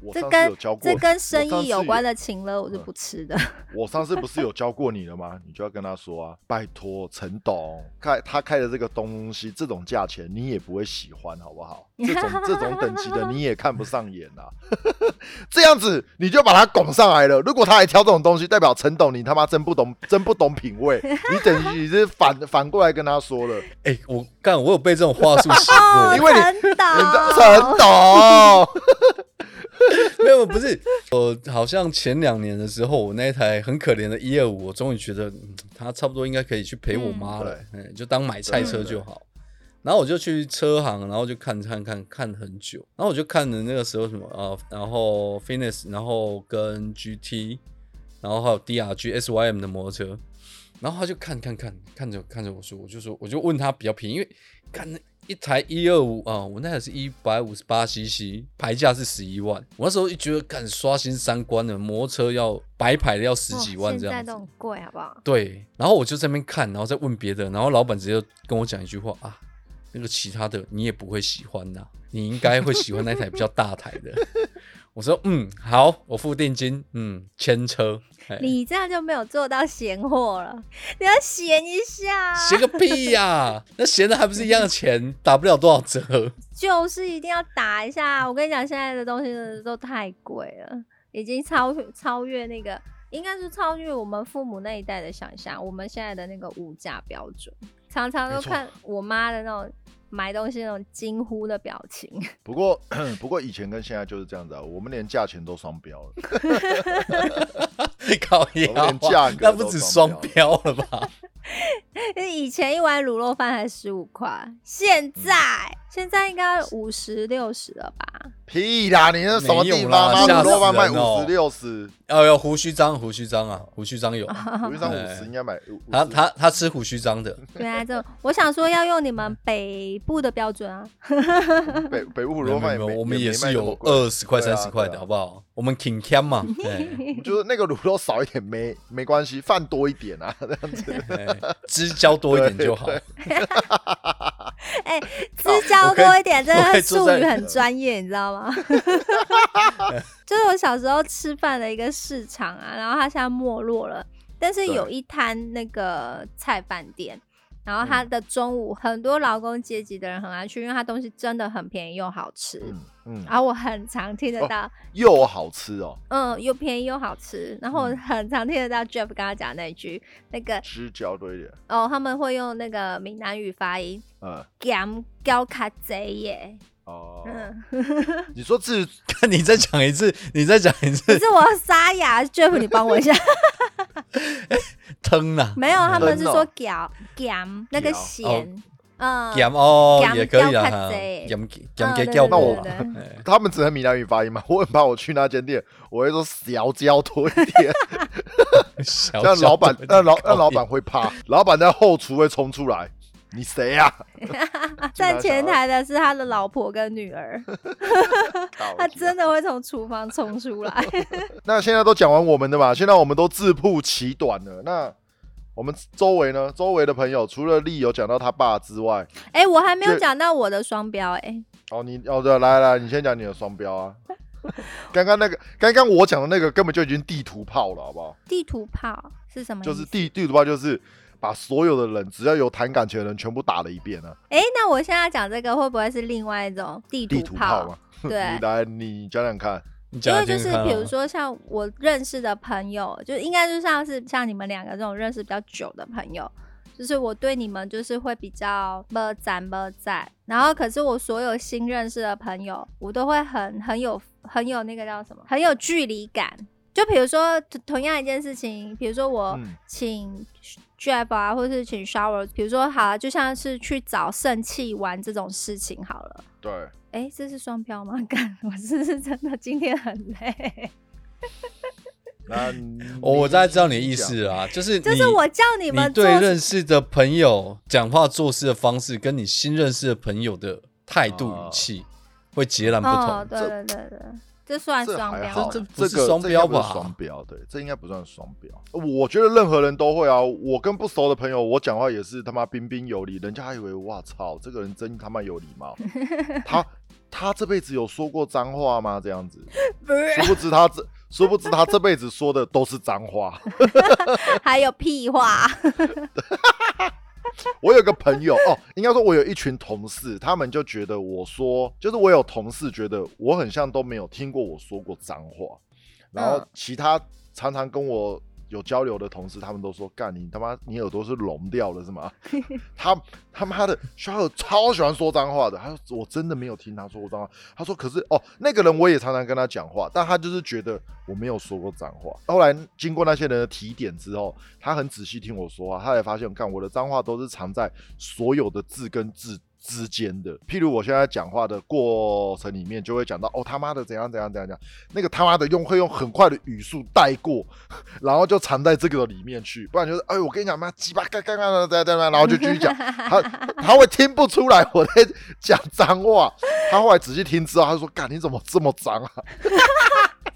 Speaker 2: 我
Speaker 1: 这
Speaker 2: 上次
Speaker 1: 跟
Speaker 2: 有教过，
Speaker 1: 这跟生
Speaker 2: 我上
Speaker 1: 意
Speaker 2: 次
Speaker 1: 有关的情了，我是
Speaker 2: 嗯
Speaker 1: 不吃 的。
Speaker 2: 我上次不是有教过你了吗？你就要跟他说啊，拜托陈董，开他开的这个东西，这种价钱你也不会喜欢，好不好？这种这种等级的你也看不上眼啊， 这样子你就把他拱上来了。如果他还挑这种东西，代表陈董你他妈真不懂，真不懂品味。你等于你是反反过来跟他说了，
Speaker 3: 哎、我干，我有被这种话术洗
Speaker 1: 哦，
Speaker 3: 过
Speaker 2: 因。为你
Speaker 1: 陈
Speaker 2: 人 家
Speaker 1: 导，
Speaker 2: 陈董，
Speaker 3: 没有，不是，我好像前两年的时候，我那一台很可怜的一二五，我终于觉得、嗯、它差不多应该可以去陪我妈了，嗯，就当买菜车就好。然后我就去车行，然后就看看看看很久，然后我就看了那个时候什么呃，然后 Fitness，然后跟 GT，然后还有 DRG SYM 的摩托车，然后他就看看看看着看着我说，我就说我就问他比较便宜，因为干那一台一二五啊，我那台是一百五十八 CC，牌价是十一万。我那时候就觉得干刷新三观了，摩托车要白牌的要十几
Speaker 1: 哦
Speaker 3: 万这
Speaker 1: 现在
Speaker 3: 样
Speaker 1: 都
Speaker 3: 子
Speaker 1: 很。贵，好不好？
Speaker 3: 对，然后我就在那边看，然后再问别的，然后老板直接跟我讲一句话啊，那个其他的你也不会喜欢呐、你应该会喜欢那台比较大台的。 我说嗯好，我付定金，嗯牵车，哎
Speaker 1: 你这样就没有做到闲货了，你要闲一下啊，
Speaker 3: 闲个屁呀、那闲的还不是一样的钱，打不了多少折。
Speaker 1: 就是一定要打一下。我跟你讲，现在的东西真的都太贵了，已经超超越那个，应该是超越我们父母那一代的想象，我们现在的那个物价标准，常常都
Speaker 3: 没错
Speaker 1: 看我妈的那种买东西那种惊呼的表情。
Speaker 2: 不过 不过以前跟现在就是这样子啊，我们连价钱都双标了。
Speaker 3: 靠腰
Speaker 2: 我连价
Speaker 3: 啊
Speaker 2: 格，
Speaker 3: 那
Speaker 2: 都
Speaker 3: 不止
Speaker 2: 双
Speaker 3: 双标了吧？
Speaker 1: 以前一碗卤肉饭还十五块，
Speaker 3: 嗯
Speaker 1: 现在、现在应该五十六十了吧？
Speaker 2: 屁啦！你那什么地方
Speaker 3: 没有啦
Speaker 2: 啊？
Speaker 3: 吓
Speaker 2: 卤
Speaker 3: 死
Speaker 2: 肉饭卖
Speaker 3: 人哦
Speaker 2: 五十六十，
Speaker 3: 哦，有胡须章，胡须章啊，胡须章有，
Speaker 2: 我一张五
Speaker 3: 哎
Speaker 2: 十应该买五。
Speaker 3: 他
Speaker 2: 50
Speaker 3: 他他吃胡须章的，
Speaker 1: 对啊，这我想说要用你们北部的标准啊，
Speaker 2: 北北部卤
Speaker 3: 没有
Speaker 2: 肉
Speaker 3: 没
Speaker 2: 饭
Speaker 3: 有，
Speaker 2: 没
Speaker 3: 我们也
Speaker 2: 也
Speaker 3: 是有
Speaker 2: 二，
Speaker 3: 二十块、
Speaker 2: 对
Speaker 3: 三
Speaker 2: 啊
Speaker 3: 十块
Speaker 2: 对
Speaker 3: 的，
Speaker 2: 啊
Speaker 3: 好不好？我们 King Cam 嘛，哎
Speaker 2: 就是那个卤肉少一点没没关系，饭多一点 啊。
Speaker 3: 哎汁浇多一点就好。
Speaker 1: 哎、支教多一点，这
Speaker 3: 哦我可
Speaker 1: 个
Speaker 3: 以坐
Speaker 1: 术
Speaker 3: 在嗯
Speaker 1: 语很专业，你知道 吗？就是我小时候吃饭的一个市场啊，然后它现在没落了，但是
Speaker 2: 对
Speaker 1: 有一摊那个菜饭店，然后
Speaker 3: 嗯
Speaker 1: 它的中午、很多劳工阶级的人很爱去，因为它东西真的很便宜又好吃。
Speaker 2: 嗯嗯，
Speaker 1: 然后我很常听得
Speaker 2: 哦
Speaker 1: 到，
Speaker 2: 又好吃哦，
Speaker 1: 嗯，又便宜又好吃。然
Speaker 3: 嗯
Speaker 1: 后我很常听得到 Jeff 刚刚讲那句，那个
Speaker 2: 汁浇多一点，
Speaker 1: 哦，他们会用那个闽南语发音
Speaker 2: 嗯
Speaker 1: g a m g a 卡贼耶，
Speaker 2: 哦。
Speaker 1: 嗯，
Speaker 2: 你说自
Speaker 3: 看你再讲一次，你再讲一
Speaker 1: 可
Speaker 3: 次，
Speaker 1: 是我沙哑，Jeff 你帮我一 下，
Speaker 3: 疼啦，
Speaker 1: 没有，他们是
Speaker 2: 真的
Speaker 1: 说
Speaker 2: 哦
Speaker 1: g a g a 那个咸，嗯，
Speaker 3: 盐哦
Speaker 1: 咸
Speaker 3: 也可以
Speaker 1: 较较
Speaker 3: 啊，哈
Speaker 1: 多
Speaker 3: 盐盐
Speaker 1: 嗯
Speaker 3: 给
Speaker 1: 对
Speaker 3: 叫
Speaker 1: 对
Speaker 2: 那我
Speaker 1: 对
Speaker 3: 啦
Speaker 1: 对
Speaker 3: 哎
Speaker 2: 他们只能闽南语发音吗？我很怕我去那间店，我会说小浇多一 点，
Speaker 3: 小哦
Speaker 2: 让老板
Speaker 3: 小
Speaker 2: 让老让老板会怕，老板在后厨会冲出来。你谁啊呀？
Speaker 1: 站啊前台的是他的老婆跟女 儿，他
Speaker 2: 他
Speaker 1: 真的会从厨房冲出 来。
Speaker 2: 那现在都讲完我们的嘛，现在我们都自曝其短了。那我们周围呢？周围的朋友除了丽有讲到他爸之外，
Speaker 1: 哎，我还没有
Speaker 2: 就
Speaker 1: 讲到我的双标，哎，
Speaker 2: 哦，你哦对，来来，你先讲你的双标啊。刚刚那个，刚刚我讲的那个根本就已经地图炮了，好不好？
Speaker 1: 地图炮是什么意
Speaker 2: 就
Speaker 1: 思？
Speaker 2: 是地地图炮，就是把所有的人，只要有谈感情的人，全部打了一遍啊。
Speaker 1: 哎，那我现在讲这个会不会是另外一种地
Speaker 2: 地
Speaker 1: 图
Speaker 2: 图炮
Speaker 1: 炮
Speaker 2: 嘛？，
Speaker 1: 对
Speaker 2: 你。来，你讲讲看。
Speaker 3: 你
Speaker 1: 因
Speaker 3: 讲
Speaker 1: 为
Speaker 3: 来
Speaker 1: 就
Speaker 3: 听听
Speaker 1: 是
Speaker 3: 看啊
Speaker 1: 比如说像我认识的朋友，就应该就像是像你们两个这种认识比较久的朋友，就是我对你们就是会比较么赞么赞，然后可是我所有新认识的朋友，我都会很很有很有那个叫什么，很有距离感。就比如说同同样一件事情，比如说我
Speaker 2: 嗯
Speaker 1: 请 Jeff 啊，或是请 Shower，比如说好啊，就像是去找圣器玩这种事情好了。
Speaker 2: 对，
Speaker 1: 哎、这是双标吗？ 干，我是是真的今天很 累。
Speaker 2: 那你
Speaker 3: 哦我我大概知道你的意思了啊，就是
Speaker 1: 就
Speaker 3: 你
Speaker 1: 是我叫你们
Speaker 3: 你
Speaker 1: 做，
Speaker 3: 对认识的朋友讲话做事的方式，跟你新认识的朋友的态度
Speaker 2: 哦
Speaker 3: 语气会截然不同。
Speaker 1: 哦哦，对对对对，这算
Speaker 2: 这
Speaker 1: 双
Speaker 2: 还
Speaker 1: 标
Speaker 2: 好，
Speaker 1: 吗？
Speaker 3: 这
Speaker 2: 这
Speaker 3: 不是双
Speaker 2: 这应该
Speaker 3: 标
Speaker 2: 不是
Speaker 3: 吧
Speaker 2: 双标，对，这应该不算双标。我觉得任何人都会啊，我跟不熟的朋友，我讲话也是他妈彬彬有礼，人家还以为哇操，这个人真他妈有礼貌。 他他这辈子有说过脏话吗？这样子，
Speaker 1: 不是，
Speaker 2: 殊不知他这，殊不知他这辈子说的都是脏话。
Speaker 1: 还有屁话，
Speaker 2: 我有个朋友哦，应该说我有一群同事，他们就觉得我说，就是我有同事觉得我很像都没有听过我说过脏话，然后
Speaker 1: 嗯
Speaker 2: 其他常常跟我有交流的同事，他们都说干你他妈你耳朵是聋掉了是吗？他他妈的小友超喜欢说脏话的，他说我真的没有听他说过脏话，他说可是哦那个人我也常常跟他讲话，但他就是觉得我没有说过脏话。后来经过那些人的提点之后，他很仔细听我说话，他才发现，看我的脏话都是藏在所有的字跟字之间的。譬如我现在讲话的过程里面，就会讲到哦他妈的怎样怎样怎样怎样，那个他妈的用会用很快的语速带过，然后就藏在这个里面去，不然就是哎我跟你讲妈鸡巴干干干干干干，然后就继续讲，他他会听不出来我在讲脏话。他后来仔细听之后，他就说干你怎么这么脏啊？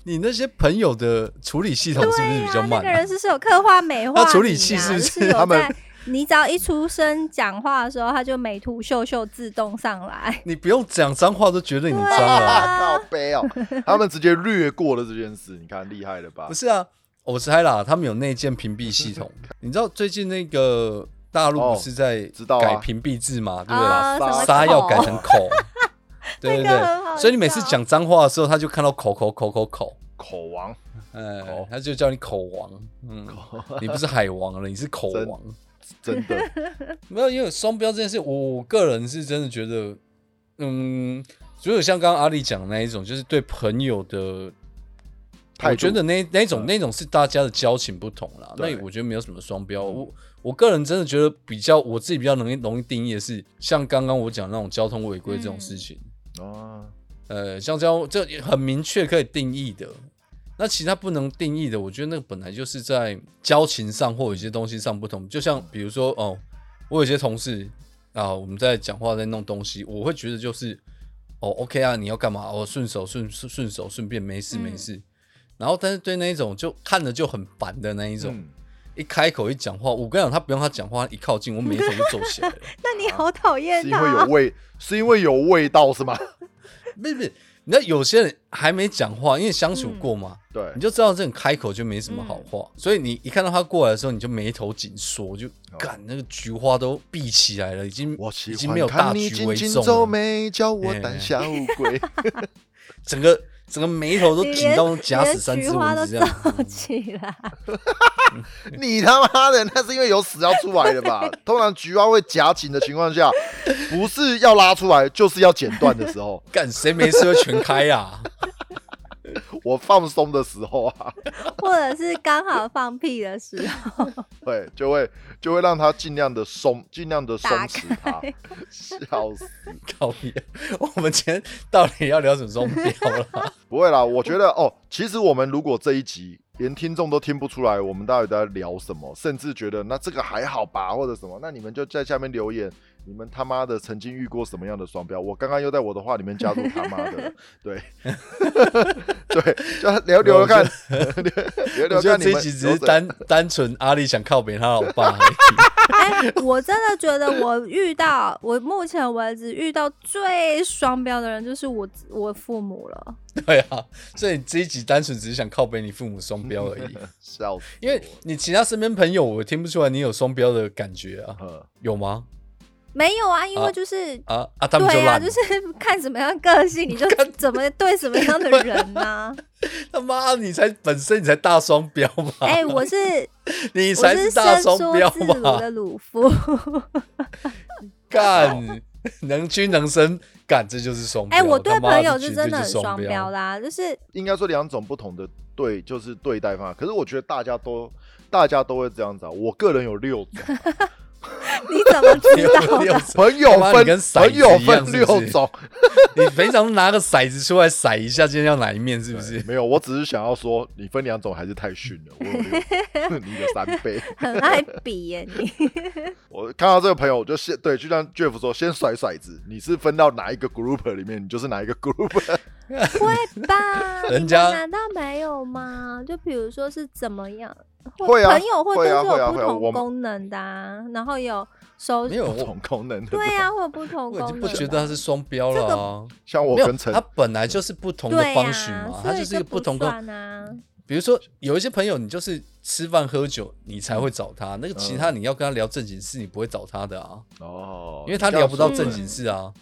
Speaker 3: 你那些朋友的处理系统是不是
Speaker 1: 对
Speaker 3: 比
Speaker 1: 呀、
Speaker 3: 较
Speaker 1: 那
Speaker 3: 慢、啊
Speaker 1: 个人是不是有刻画 美化、啊？
Speaker 3: 那处理器是不
Speaker 1: 就是是有
Speaker 2: 他们
Speaker 1: 在你只要一出声讲话的时候，他就美图秀秀自动上来。
Speaker 3: 你不用讲脏话都觉得你脏了、
Speaker 1: 对啊
Speaker 2: 靠背哦，他们直接略过了这件事，你看厉害了吧
Speaker 3: 不？是啊，我猜啦，他们有内建屏蔽系 统。你知道最近那个大陆
Speaker 2: 哦
Speaker 3: 不是在
Speaker 2: 知道啊
Speaker 3: 改屏蔽字嘛，对不
Speaker 1: 啊
Speaker 2: 什
Speaker 3: 对？
Speaker 2: 么
Speaker 3: 沙
Speaker 1: 口
Speaker 3: 要改成 口，对对
Speaker 1: 那个很好
Speaker 3: 对。所以你每次
Speaker 1: 笑
Speaker 3: 讲脏话的时候，他就看到口口口口口，
Speaker 2: 口王。
Speaker 3: 哎
Speaker 2: 口，
Speaker 3: 他就叫你口王。嗯，你不是海王了，你是口
Speaker 2: 真
Speaker 3: 王。
Speaker 2: 真 的，
Speaker 3: 没有，因为双标这件事，我我个人是真的觉得，嗯，如果像刚刚阿丽讲的那一种，就是对朋友的，
Speaker 2: 态度
Speaker 3: 我觉得那那种
Speaker 2: 嗯
Speaker 3: 那种是大家的交情不同啦。
Speaker 2: 对嗯
Speaker 3: 那我觉得没有什么双标。我我个人真的觉得比较我自己比较容易容易定义的是，像刚刚我讲那种交通违规这种事情，
Speaker 2: 啊，
Speaker 3: 呃，像这样这很明确可以定义的。那其他不能定义的，我觉得那个本来就是在交情上或有些东西上不同。就像比如说哦，我有些同事啊，我们在讲话在弄东西，我会觉得就是哦，OK 啊，你要干嘛？哦，顺手顺顺顺手顺便，没事
Speaker 1: 嗯
Speaker 3: 没事。然后但是对那一种就看着就很烦的那一种，
Speaker 2: 嗯
Speaker 3: 一开口一讲话，我跟你讲，他不用他讲话，一靠近我眉头就皱起来了。
Speaker 1: 那你好讨厌
Speaker 2: 是因
Speaker 1: 他
Speaker 2: 为有
Speaker 1: 哦，
Speaker 2: 味，是因为有味道是吗？
Speaker 3: 不是不是，你知道有些人还没讲话，因为相处
Speaker 1: 嗯
Speaker 3: 过嘛。
Speaker 2: 对
Speaker 3: 你，就知道这种开口就没什么好话，所以你一看到他过来的时候，你就眉头紧缩，就干那个菊花都闭起来了，已经
Speaker 2: 哦我
Speaker 3: 已
Speaker 2: 喜
Speaker 3: 经没有
Speaker 2: 欢
Speaker 3: 大
Speaker 2: 看你
Speaker 3: 局
Speaker 2: 紧
Speaker 3: 为
Speaker 2: 紧
Speaker 3: 重
Speaker 2: 皱
Speaker 3: 了，
Speaker 2: 眉，叫我胆小 鬼。
Speaker 3: 整个整个眉头都
Speaker 1: 你
Speaker 3: 紧
Speaker 1: 连
Speaker 3: 到假
Speaker 1: 你
Speaker 3: 死
Speaker 1: 连
Speaker 3: 三
Speaker 1: 菊
Speaker 3: 只
Speaker 1: 花
Speaker 3: 蚊
Speaker 1: 都
Speaker 3: 子这样子。
Speaker 1: 皱起来，
Speaker 2: 你他妈的，那是因为有屎要出来的吧？ 通常菊花会夹紧的情况下，不是要拉出来，就是要剪断的时候，
Speaker 3: 干谁没事会全开啊？
Speaker 2: 我放松的时候啊，
Speaker 1: 或者是刚好放屁的时候，
Speaker 2: 对，就会就会让它尽量的松，尽量的松
Speaker 1: 打
Speaker 2: 弛它。 笑死，
Speaker 3: 靠你！我们今天到底要聊什么双标 了？
Speaker 2: 不会啦，我觉得哦，其实我们如果这一集连听众都听不出来我们到底在聊什么，甚至觉得那这个还好吧，或者什么，那你们就在下面留言，你们他妈的曾经遇过什么样的双标？我刚刚又在我的话里面加入他妈的， 对，对，就聊
Speaker 3: 没有
Speaker 2: 聊聊
Speaker 3: 我觉
Speaker 2: 看
Speaker 3: 得，
Speaker 2: 聊聊看
Speaker 3: 我觉得这
Speaker 2: 啊你
Speaker 3: 一
Speaker 2: 们
Speaker 3: 集只
Speaker 2: 有
Speaker 3: 是
Speaker 2: 怎
Speaker 3: 单单纯阿丽想靠北她老爸而已。
Speaker 1: 哎，我真的觉得我遇到我目前为止遇到最双标的人就是我我父母了。
Speaker 3: 对啊，所以这一集单纯只是想靠北你父母双标而已。
Speaker 2: 笑死我，
Speaker 3: 因为你其他身边朋友，我听不出来你有双标的感觉啊，
Speaker 2: 呃
Speaker 3: 有吗？
Speaker 1: 没有啊，因
Speaker 3: 啊
Speaker 1: 为就是
Speaker 3: 啊啊，他们就
Speaker 1: 对啊，
Speaker 3: 烂了，
Speaker 1: 就是看什么样个性， 你就怎么对什么样的人啊呢、
Speaker 3: 啊他妈你才本身你才大双标嘛，
Speaker 1: 哎、我是
Speaker 3: 你
Speaker 1: 我
Speaker 3: 才
Speaker 1: 是
Speaker 3: 大
Speaker 1: 伸
Speaker 3: 双
Speaker 1: 缩
Speaker 3: 标啊
Speaker 1: 自如
Speaker 3: 嘛，
Speaker 1: 的鲁 夫，
Speaker 3: 干能屈能伸，干这就是双标。
Speaker 1: 哎、我对
Speaker 3: 他妈
Speaker 1: 朋友
Speaker 3: 这
Speaker 1: 是
Speaker 3: 绝
Speaker 1: 真的
Speaker 3: 就
Speaker 1: 很
Speaker 3: 是
Speaker 1: 双标
Speaker 3: 标，
Speaker 1: 啦，就是
Speaker 2: 应该说两种不同的对，就是对待方法。可是我觉得大家都大家都会这样子啊，我个人有六种。
Speaker 1: 你怎么知道
Speaker 3: 六
Speaker 1: 的？
Speaker 3: 种
Speaker 2: 朋友
Speaker 3: 他妈
Speaker 2: 分
Speaker 3: 你跟骰
Speaker 2: 朋
Speaker 3: 子
Speaker 2: 友
Speaker 3: 一样
Speaker 2: 分
Speaker 3: 是不
Speaker 2: 六
Speaker 3: 是
Speaker 2: 种，
Speaker 3: 你平常拿个骰子出来骰一下，今天要哪一面是不是？
Speaker 2: 没有，我只是想要说，你分两种还是太逊了，我有 六你的三倍。
Speaker 1: 很爱比耶、你
Speaker 2: 我看到这个朋友，我就 先对，就像 Jeff 说，先甩骰子，你是分到哪一个 group 里面，你就是哪一个 group。
Speaker 1: 会吧？
Speaker 3: 人
Speaker 1: 你们
Speaker 3: 家
Speaker 1: 难道没有吗？就比如说是怎么样，
Speaker 2: 会啊
Speaker 1: 朋友会都
Speaker 2: 会
Speaker 1: 是
Speaker 2: 啊会啊
Speaker 1: 有不
Speaker 2: 会啊我
Speaker 1: 同
Speaker 2: 们
Speaker 1: 功能的、啊，然后有收
Speaker 3: 没有
Speaker 2: 不
Speaker 3: 我
Speaker 2: 同功能的，
Speaker 1: 对啊，会有不同功
Speaker 3: 我已
Speaker 1: 能
Speaker 3: 经
Speaker 1: 的，
Speaker 3: 不觉得它是双标了啊。
Speaker 2: 像我
Speaker 3: 没有，
Speaker 2: 跟陈
Speaker 3: 它本来就是不同的
Speaker 1: 对
Speaker 3: 方
Speaker 1: 啊
Speaker 3: 式嘛，
Speaker 1: 所
Speaker 3: 它
Speaker 1: 以
Speaker 3: 就是一个
Speaker 1: 不
Speaker 3: 同的。
Speaker 1: 算啊。
Speaker 3: 比如说，有一些朋友，你就是吃饭喝酒，你才会找他；那个其他你要跟他聊正经事，你不会找他的啊，
Speaker 2: 哦，
Speaker 3: 因为他聊不到
Speaker 2: 你这
Speaker 3: 正
Speaker 2: 样说
Speaker 3: 经事啊。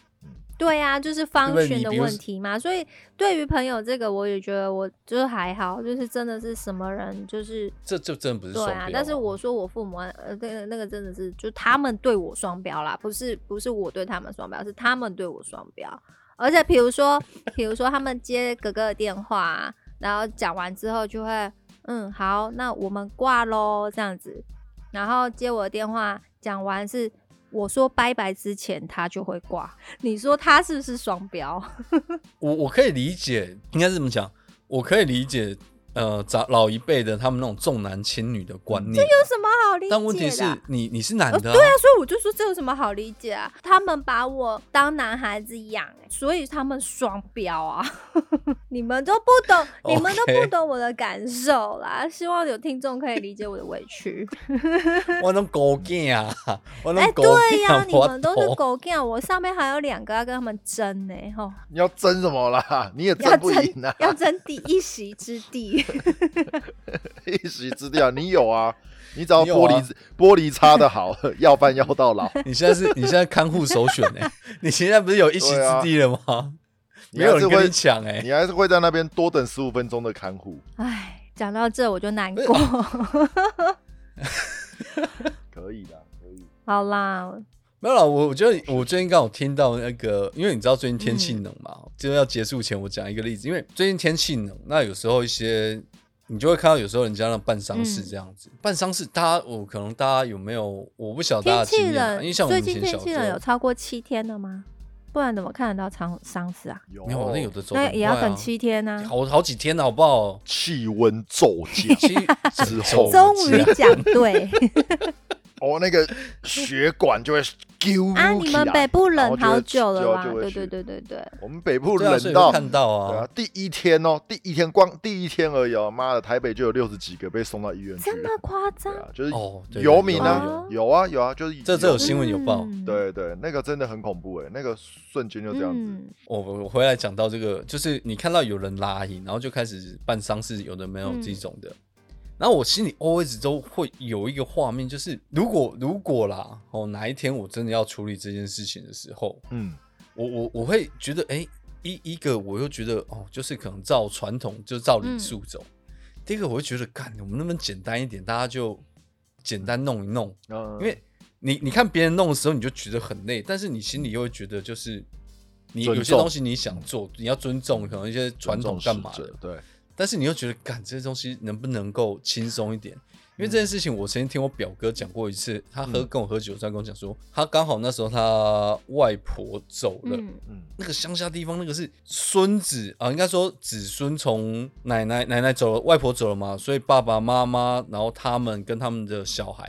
Speaker 1: 对啊，就是
Speaker 3: 对
Speaker 1: 方
Speaker 3: 不对
Speaker 1: 选
Speaker 3: 你
Speaker 1: 的
Speaker 3: 比如
Speaker 1: 问
Speaker 3: 说
Speaker 1: 题嘛，所以对于朋友这个，我也觉得我就是还好，就是真的是什么人就是
Speaker 3: 这这真的不是
Speaker 1: 对
Speaker 3: 双
Speaker 1: 啊
Speaker 3: 标。，
Speaker 1: 但是我说我父母呃，那个那个真的是，就他们对我双标啦，不是不是我对他们双标，是他们对我双标。而且比如说，比如说他们接哥哥的电话啊，然后讲完之后就会，嗯，好，那我们挂喽这样子。然后接我的电话，讲完是我说拜拜之前他就会挂。 你说他是不是双标？
Speaker 3: 我我可以理解，应该是怎么讲？我可以理解，呃，长老一辈的他们那种重男轻女的观念。
Speaker 1: 有什么好理解的啊？
Speaker 3: 但问题是你你是男
Speaker 1: 呃
Speaker 3: 的、
Speaker 1: 对啊，所以我就说这有什么好理解啊？他们把我当男孩子养、欸所以他们双标啊！ 你们都不懂，你们都不
Speaker 3: OK
Speaker 1: 懂我的感受啦。希望有听众可以理解我的委 屈。
Speaker 3: 我那种狗 gay 啊，我那
Speaker 1: 哎、
Speaker 3: 种狗 gay
Speaker 1: 对呀、
Speaker 3: 啊，
Speaker 1: 你
Speaker 3: 我
Speaker 1: 们都是
Speaker 3: 头
Speaker 1: 狗 g 我上面还有两个要跟他们争呢、 吼，
Speaker 2: 你要争什么啦？你也
Speaker 1: 要
Speaker 2: 争不赢
Speaker 1: 争
Speaker 2: 啊！
Speaker 1: 要争第一席之地。
Speaker 2: 一席之地啊，你有 啊？你只要
Speaker 3: 你有
Speaker 2: 玻璃、
Speaker 3: 啊
Speaker 2: 玻璃擦的好， 要饭要到 老。
Speaker 3: 你现在是你现在看护首选哎、你现在不是有一席
Speaker 2: 对啊
Speaker 3: 之地了吗？
Speaker 2: 你
Speaker 3: 没有
Speaker 2: 还是
Speaker 3: 人跟
Speaker 2: 会
Speaker 3: 你，抢哎、
Speaker 2: 你还是会在那边多等十五分钟的看护。
Speaker 1: 哎，讲到这我就难过。
Speaker 2: 可以的，啊可以。
Speaker 1: 好啦，
Speaker 3: 没有啦，我我觉得我最近刚好听到那个，因为你知道最近天气冷嘛，
Speaker 1: 嗯
Speaker 3: 就是要结束前我讲一个例子，因为最近天气冷，那有时候一些你就会看到有时候人家那种办丧事
Speaker 1: 嗯
Speaker 3: 这样子，办丧事大家我可能大家有没有我不晓得大家
Speaker 1: 天
Speaker 3: 的经
Speaker 1: 气
Speaker 3: 验啊，因为
Speaker 1: 冷，
Speaker 3: 像我
Speaker 1: 最
Speaker 3: 们以
Speaker 1: 近
Speaker 3: 前
Speaker 1: 天
Speaker 3: 小
Speaker 1: 气
Speaker 3: 时
Speaker 1: 冷
Speaker 3: 候
Speaker 1: 有超过七天的吗？不然怎么看得到丧丧事啊？
Speaker 2: 有
Speaker 3: 没有那有的走、
Speaker 1: 那也
Speaker 2: 啊
Speaker 1: 要啊等
Speaker 3: 等
Speaker 1: 七天呢、
Speaker 3: 啊好好几天了好不好？，
Speaker 2: 气温骤降
Speaker 3: 七
Speaker 2: 之 后
Speaker 1: 终于
Speaker 2: 啊
Speaker 1: 讲 对
Speaker 2: 哦，那个血管就会揪
Speaker 1: 啊！你们北部冷好久了啦，
Speaker 2: 然后就会
Speaker 1: 对
Speaker 2: 去
Speaker 1: 对对对对，
Speaker 2: 我们北部
Speaker 3: 对啊，所
Speaker 2: 冷
Speaker 3: 以有
Speaker 2: 到。
Speaker 3: 看到
Speaker 2: 对啊
Speaker 3: 啊，，
Speaker 2: 第一天哦，第一天光第一天而已哦，妈的，台北就有六十几个被送到医院去
Speaker 1: 这么
Speaker 2: 了，
Speaker 1: 夸
Speaker 2: 对
Speaker 1: 张？
Speaker 2: 啊，就是
Speaker 3: 哦对
Speaker 2: 游民
Speaker 1: 有
Speaker 2: 啊
Speaker 1: 有，
Speaker 2: 有啊有啊，就是
Speaker 3: 这这有
Speaker 2: 游
Speaker 3: 新闻有报，
Speaker 1: 嗯，
Speaker 2: 对对，那个真的很恐怖哎，那个瞬间就这样子，
Speaker 1: 嗯
Speaker 3: 我我回来讲到这个，就是你看到有人拉黑，然后就开始办丧事，有的没有
Speaker 1: 嗯
Speaker 3: 这种的。然后我心里 always 都会有一个画面，就是如果如果啦，哦，哪一天我真的要处理这件事情的时候，
Speaker 2: 嗯，
Speaker 3: 我我我会觉得，哎，一一个我又觉得哦，就是可能照传统就照礼数走。第一个我会觉得，干，我们能不能简单一点，大家就简单弄一弄，
Speaker 2: 因
Speaker 3: 因为你你看别人弄的时候，你就觉得很累，但是你心里又会觉得就是你
Speaker 2: 尊
Speaker 3: 有些
Speaker 2: 重
Speaker 3: 东西你想做，你要尊重可能一些传统干嘛的，
Speaker 2: 对，
Speaker 3: 但是你又觉得干这些东西能不能够轻松一点？因为这件事情，我曾经听我表哥讲过一次，他喝
Speaker 2: 嗯
Speaker 3: 跟我喝酒，他跟我讲说，他刚好那时候他外婆走了，
Speaker 1: 嗯
Speaker 2: 嗯
Speaker 3: 那个乡下地方，那个是孙子啊，应该说子孙从奶奶奶奶走了，外婆走了嘛，所以爸爸妈妈，然后他们跟他们的小孩，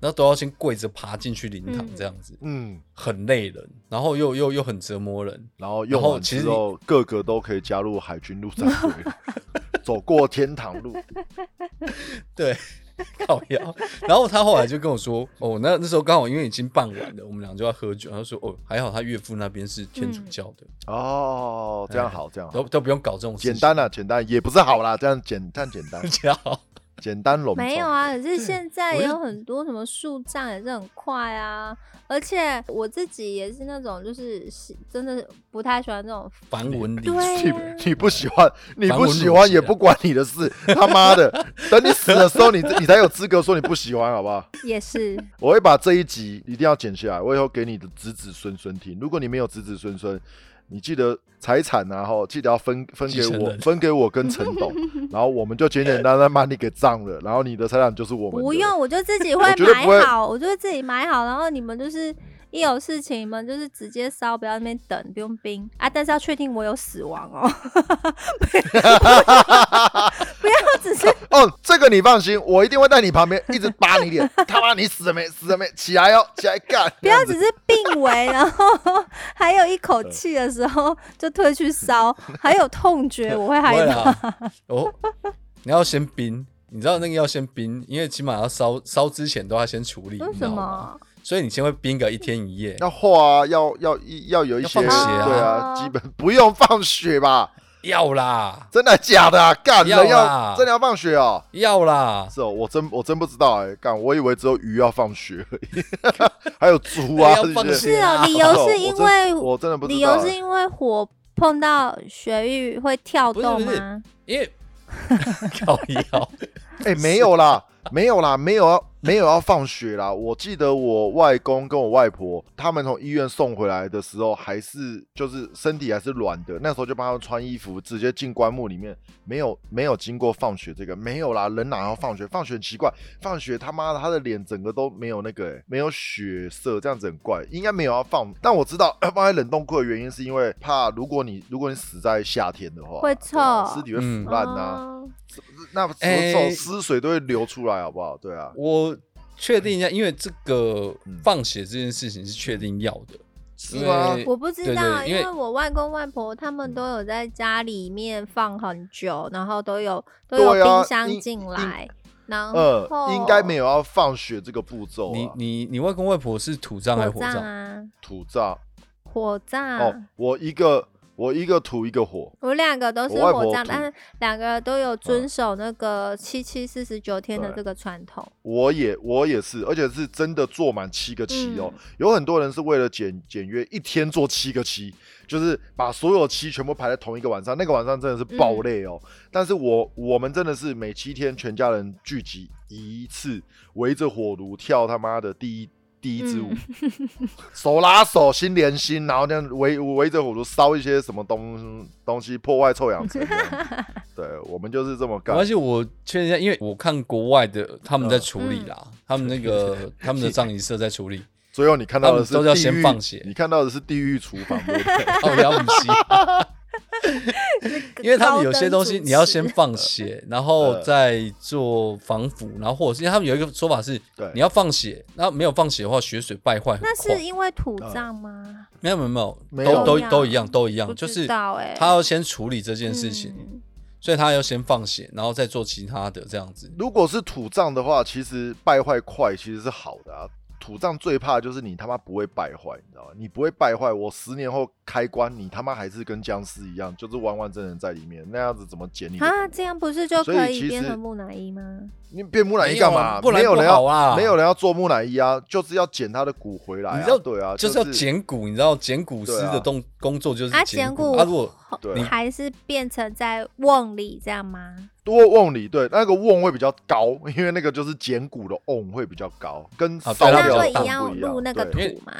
Speaker 3: 然后都要先跪着爬进去灵堂
Speaker 1: 嗯，
Speaker 3: 这样子、
Speaker 2: 嗯，
Speaker 3: 很累人，然后又又又很折磨人。
Speaker 2: 然后用
Speaker 3: 然后
Speaker 2: 完
Speaker 3: 其
Speaker 2: 之
Speaker 3: 实
Speaker 2: 后，个个都可以加入海军陆战 队，走过天堂路，
Speaker 3: 对，靠腰。然后他后来就跟我说，哦，那那时候刚好因为已经办完了，我们俩就要喝酒。他说，哦，还好他岳父那边是天主
Speaker 1: 嗯
Speaker 3: 教的，
Speaker 2: 哦，这样好，这样好
Speaker 3: 都，都不用搞这种事
Speaker 2: 简
Speaker 3: 情，，
Speaker 2: 单啊，简单也不是好啦，这样简这样简单
Speaker 3: 这样。
Speaker 2: 简单隆重，
Speaker 1: 没有啊，可是现在
Speaker 3: 我
Speaker 1: 也
Speaker 3: 就
Speaker 1: 有很多什么树葬也是很快啊，而且我自己也是那种就是喜真的不太喜欢这种，
Speaker 3: 繁文礼
Speaker 1: 对
Speaker 3: 俗
Speaker 2: 你 你不喜欢，你
Speaker 3: 繁
Speaker 2: 不
Speaker 3: 文
Speaker 2: 喜
Speaker 3: 缛
Speaker 2: 欢
Speaker 3: 节
Speaker 2: 也
Speaker 3: 啊
Speaker 2: 不关你的事，他妈的，等你死的时候，你你才有资格说你不喜欢，好不好？
Speaker 1: 也是
Speaker 2: 我会把这一集一定要剪下来，我以后给你的子子孙孙听。如果你没有子子孙孙，你记得财产啊，吼，记得要 分分给
Speaker 3: 继承
Speaker 2: 我，
Speaker 3: 人
Speaker 2: 分给我跟陈 董，然后我们就简简单单把你给葬了，然后你的财产就是我们的。
Speaker 1: 不用，我就自己会
Speaker 2: 我绝对不会
Speaker 1: 买好，我就会自己买好，然后你们就是一有事情嘛，就是直接烧，不要在那边等，不用冰啊。但是要确定我有死亡哦， 不要只是
Speaker 2: 哦，这个你放心，我一定会在你旁边一直扒 你脸。他妈，你死了没？死了没？起来哦，起来干！
Speaker 1: 不要只是病危，然后 还有一口气的时候就退去烧，还有痛觉，我会害
Speaker 3: 会
Speaker 1: 怕。
Speaker 3: 啦。哦，你要先冰，你知道那个要先冰，因为起码要烧烧之前都要先处理。
Speaker 1: 为
Speaker 3: 你知
Speaker 1: 什
Speaker 3: 道
Speaker 1: 么
Speaker 3: 吗？
Speaker 1: 啊？
Speaker 3: 所以你先会冰个一天一夜，
Speaker 2: 要画啊，要要一要有一
Speaker 3: 要
Speaker 2: 些
Speaker 3: 放血啊
Speaker 2: 对啊，基本不用放血吧？
Speaker 3: 要啦，
Speaker 2: 真的假的、啊？干
Speaker 3: 要啦
Speaker 2: 人要真的要放血哦？
Speaker 3: 要啦，
Speaker 2: 是哦，我真我真不知道哎、干我以为只有鱼要放血而已， 还有猪啊
Speaker 3: 要
Speaker 2: 这
Speaker 3: 放
Speaker 2: 些。
Speaker 1: 是
Speaker 3: 血
Speaker 1: 哦，
Speaker 3: 啊
Speaker 1: 理由是因为
Speaker 2: 我真的不知道
Speaker 1: 理由
Speaker 2: 欸
Speaker 1: 是因为火碰到血域会跳动
Speaker 3: 不是不
Speaker 1: 吗？
Speaker 3: 因为 靠腰，
Speaker 2: 哎、没有啦，没有啦，没有要没有要放血啦。我记得我外公跟我外婆他们从医院送回来的时候，还是就是身体还是软的，那时候就帮他们穿衣服，直接进棺木里面，没有没有经过放血这个，没有啦，人哪要放血？放血很奇怪，放血他妈的他的脸整个都没有那个、欸，没有血色，这样子很怪，应该没有要放。但我知道 放在冷冻库的原因是因为怕如果你如果你死在夏天的话，
Speaker 1: 会
Speaker 2: 对啊
Speaker 1: 臭
Speaker 2: 尸体会
Speaker 3: 嗯
Speaker 2: 腐烂啊呐、
Speaker 1: 哦
Speaker 2: 那所
Speaker 3: 哎
Speaker 2: 有湿水都会流出来，好不好？对啊，
Speaker 3: 我确定一下，因为这个
Speaker 2: 嗯
Speaker 3: 放血这件事情是确定要的，
Speaker 2: 是吗
Speaker 3: 因为
Speaker 1: 我不知道，
Speaker 3: 对对
Speaker 1: 因
Speaker 3: 因为嗯
Speaker 1: 为我外公外婆他们都有在家里面放很久，然后都有都
Speaker 2: 对
Speaker 1: 有
Speaker 2: 啊
Speaker 1: 冰箱
Speaker 2: 应
Speaker 1: 进
Speaker 2: 应
Speaker 1: 来，然后
Speaker 2: 呃，应该没有要放血这个步骤、啊。
Speaker 3: 你你你外公外婆是土葬还
Speaker 1: 火
Speaker 3: 是火
Speaker 1: 葬
Speaker 3: 葬？
Speaker 1: 啊，
Speaker 2: 土葬、
Speaker 1: 火葬
Speaker 2: 哦，我一个我一个土一个火，
Speaker 1: 我两个都是
Speaker 2: 我外婆嗯
Speaker 1: 火葬，
Speaker 2: 土
Speaker 1: 但是两个都有遵守那个七七四十九天的这个传统。
Speaker 2: 我也我也是，而且是真的做满七个七哦。
Speaker 1: 嗯
Speaker 2: 有很多人是为了简简约，一天做七个七，就是把所有七全部排在同一个晚上，那个晚上真的是爆累哦。但是我我们真的是每七天全家人聚集一次，围着火炉跳他妈的第一。第一支舞， 手拉手，心连心，然后这样围围着火炉烧一些什么东东西，破坏臭氧层这样子。对，我们就是这么
Speaker 3: 没
Speaker 2: 干。
Speaker 3: 关系，我确认一下，因为我看国外的他们在处理
Speaker 1: 嗯
Speaker 3: 啦，他们那个他们的葬仪社在处理，
Speaker 2: 最后你看到的是
Speaker 3: 他们都要
Speaker 2: 地狱
Speaker 3: 先放血
Speaker 2: 你看到的是地狱厨房，对不 对？
Speaker 3: 哦，要不吸， 因为他们有些东西你要先放
Speaker 1: 嗯
Speaker 3: 血，然
Speaker 2: 嗯
Speaker 3: 后再做防腐，然后或者是因为他们有一个说法是
Speaker 2: 对，
Speaker 3: 你要放血，那没有放血的话，血水败坏很
Speaker 1: 那
Speaker 3: 快
Speaker 1: 是。因为土
Speaker 2: 嗯
Speaker 1: 葬吗？
Speaker 3: 没有没有没有，
Speaker 2: 没有
Speaker 3: 都
Speaker 1: 一样
Speaker 3: 都都一样都一
Speaker 1: 不
Speaker 3: 样，
Speaker 1: 知
Speaker 3: 就是
Speaker 1: 道欸
Speaker 3: 他要先处理这件
Speaker 1: 嗯
Speaker 3: 事情，所以他要先放血，然后再做其他的这样子。
Speaker 2: 如果是土葬的话，其实败坏快其实是好的啊。土葬最怕就是你他妈不会败坏，你知道吗？你不会败坏，我十年后开棺，你他妈还是跟僵尸一样，就是完完整整在里面，那样子怎么捡你的骨？
Speaker 1: 啊，这样不是就
Speaker 2: 所以
Speaker 1: 可以
Speaker 2: 其
Speaker 1: 变
Speaker 2: 实
Speaker 1: 成木乃伊吗？
Speaker 2: 你变木乃伊
Speaker 3: 没有
Speaker 2: 干
Speaker 3: 啊
Speaker 2: 嘛？
Speaker 3: 不然
Speaker 2: 没有人
Speaker 3: 不好
Speaker 2: 要，
Speaker 3: 啊
Speaker 2: 没有人要做木乃伊啊，就是要捡他的骨回来、啊。
Speaker 3: 你知道
Speaker 2: 对啊，
Speaker 3: 就是要捡骨，你知道捡骨师
Speaker 2: 对啊
Speaker 3: 的动工作就是
Speaker 1: 啊，
Speaker 3: 捡
Speaker 1: 简
Speaker 3: 骨。
Speaker 1: 骨
Speaker 3: 啊，如果
Speaker 2: 对啊
Speaker 1: 还是变成在瓮里这样吗？
Speaker 2: 多瓮里，对，那个瓮会比较高，因为那个就是捡骨的瓮会比较高，跟
Speaker 3: 啊对
Speaker 2: 烧
Speaker 3: 它
Speaker 2: 掉的
Speaker 3: 比
Speaker 1: 那会
Speaker 2: 瓮不
Speaker 3: 较大
Speaker 1: 一
Speaker 2: 一样
Speaker 1: 样入那个
Speaker 2: 对
Speaker 3: 因为
Speaker 1: 土吗？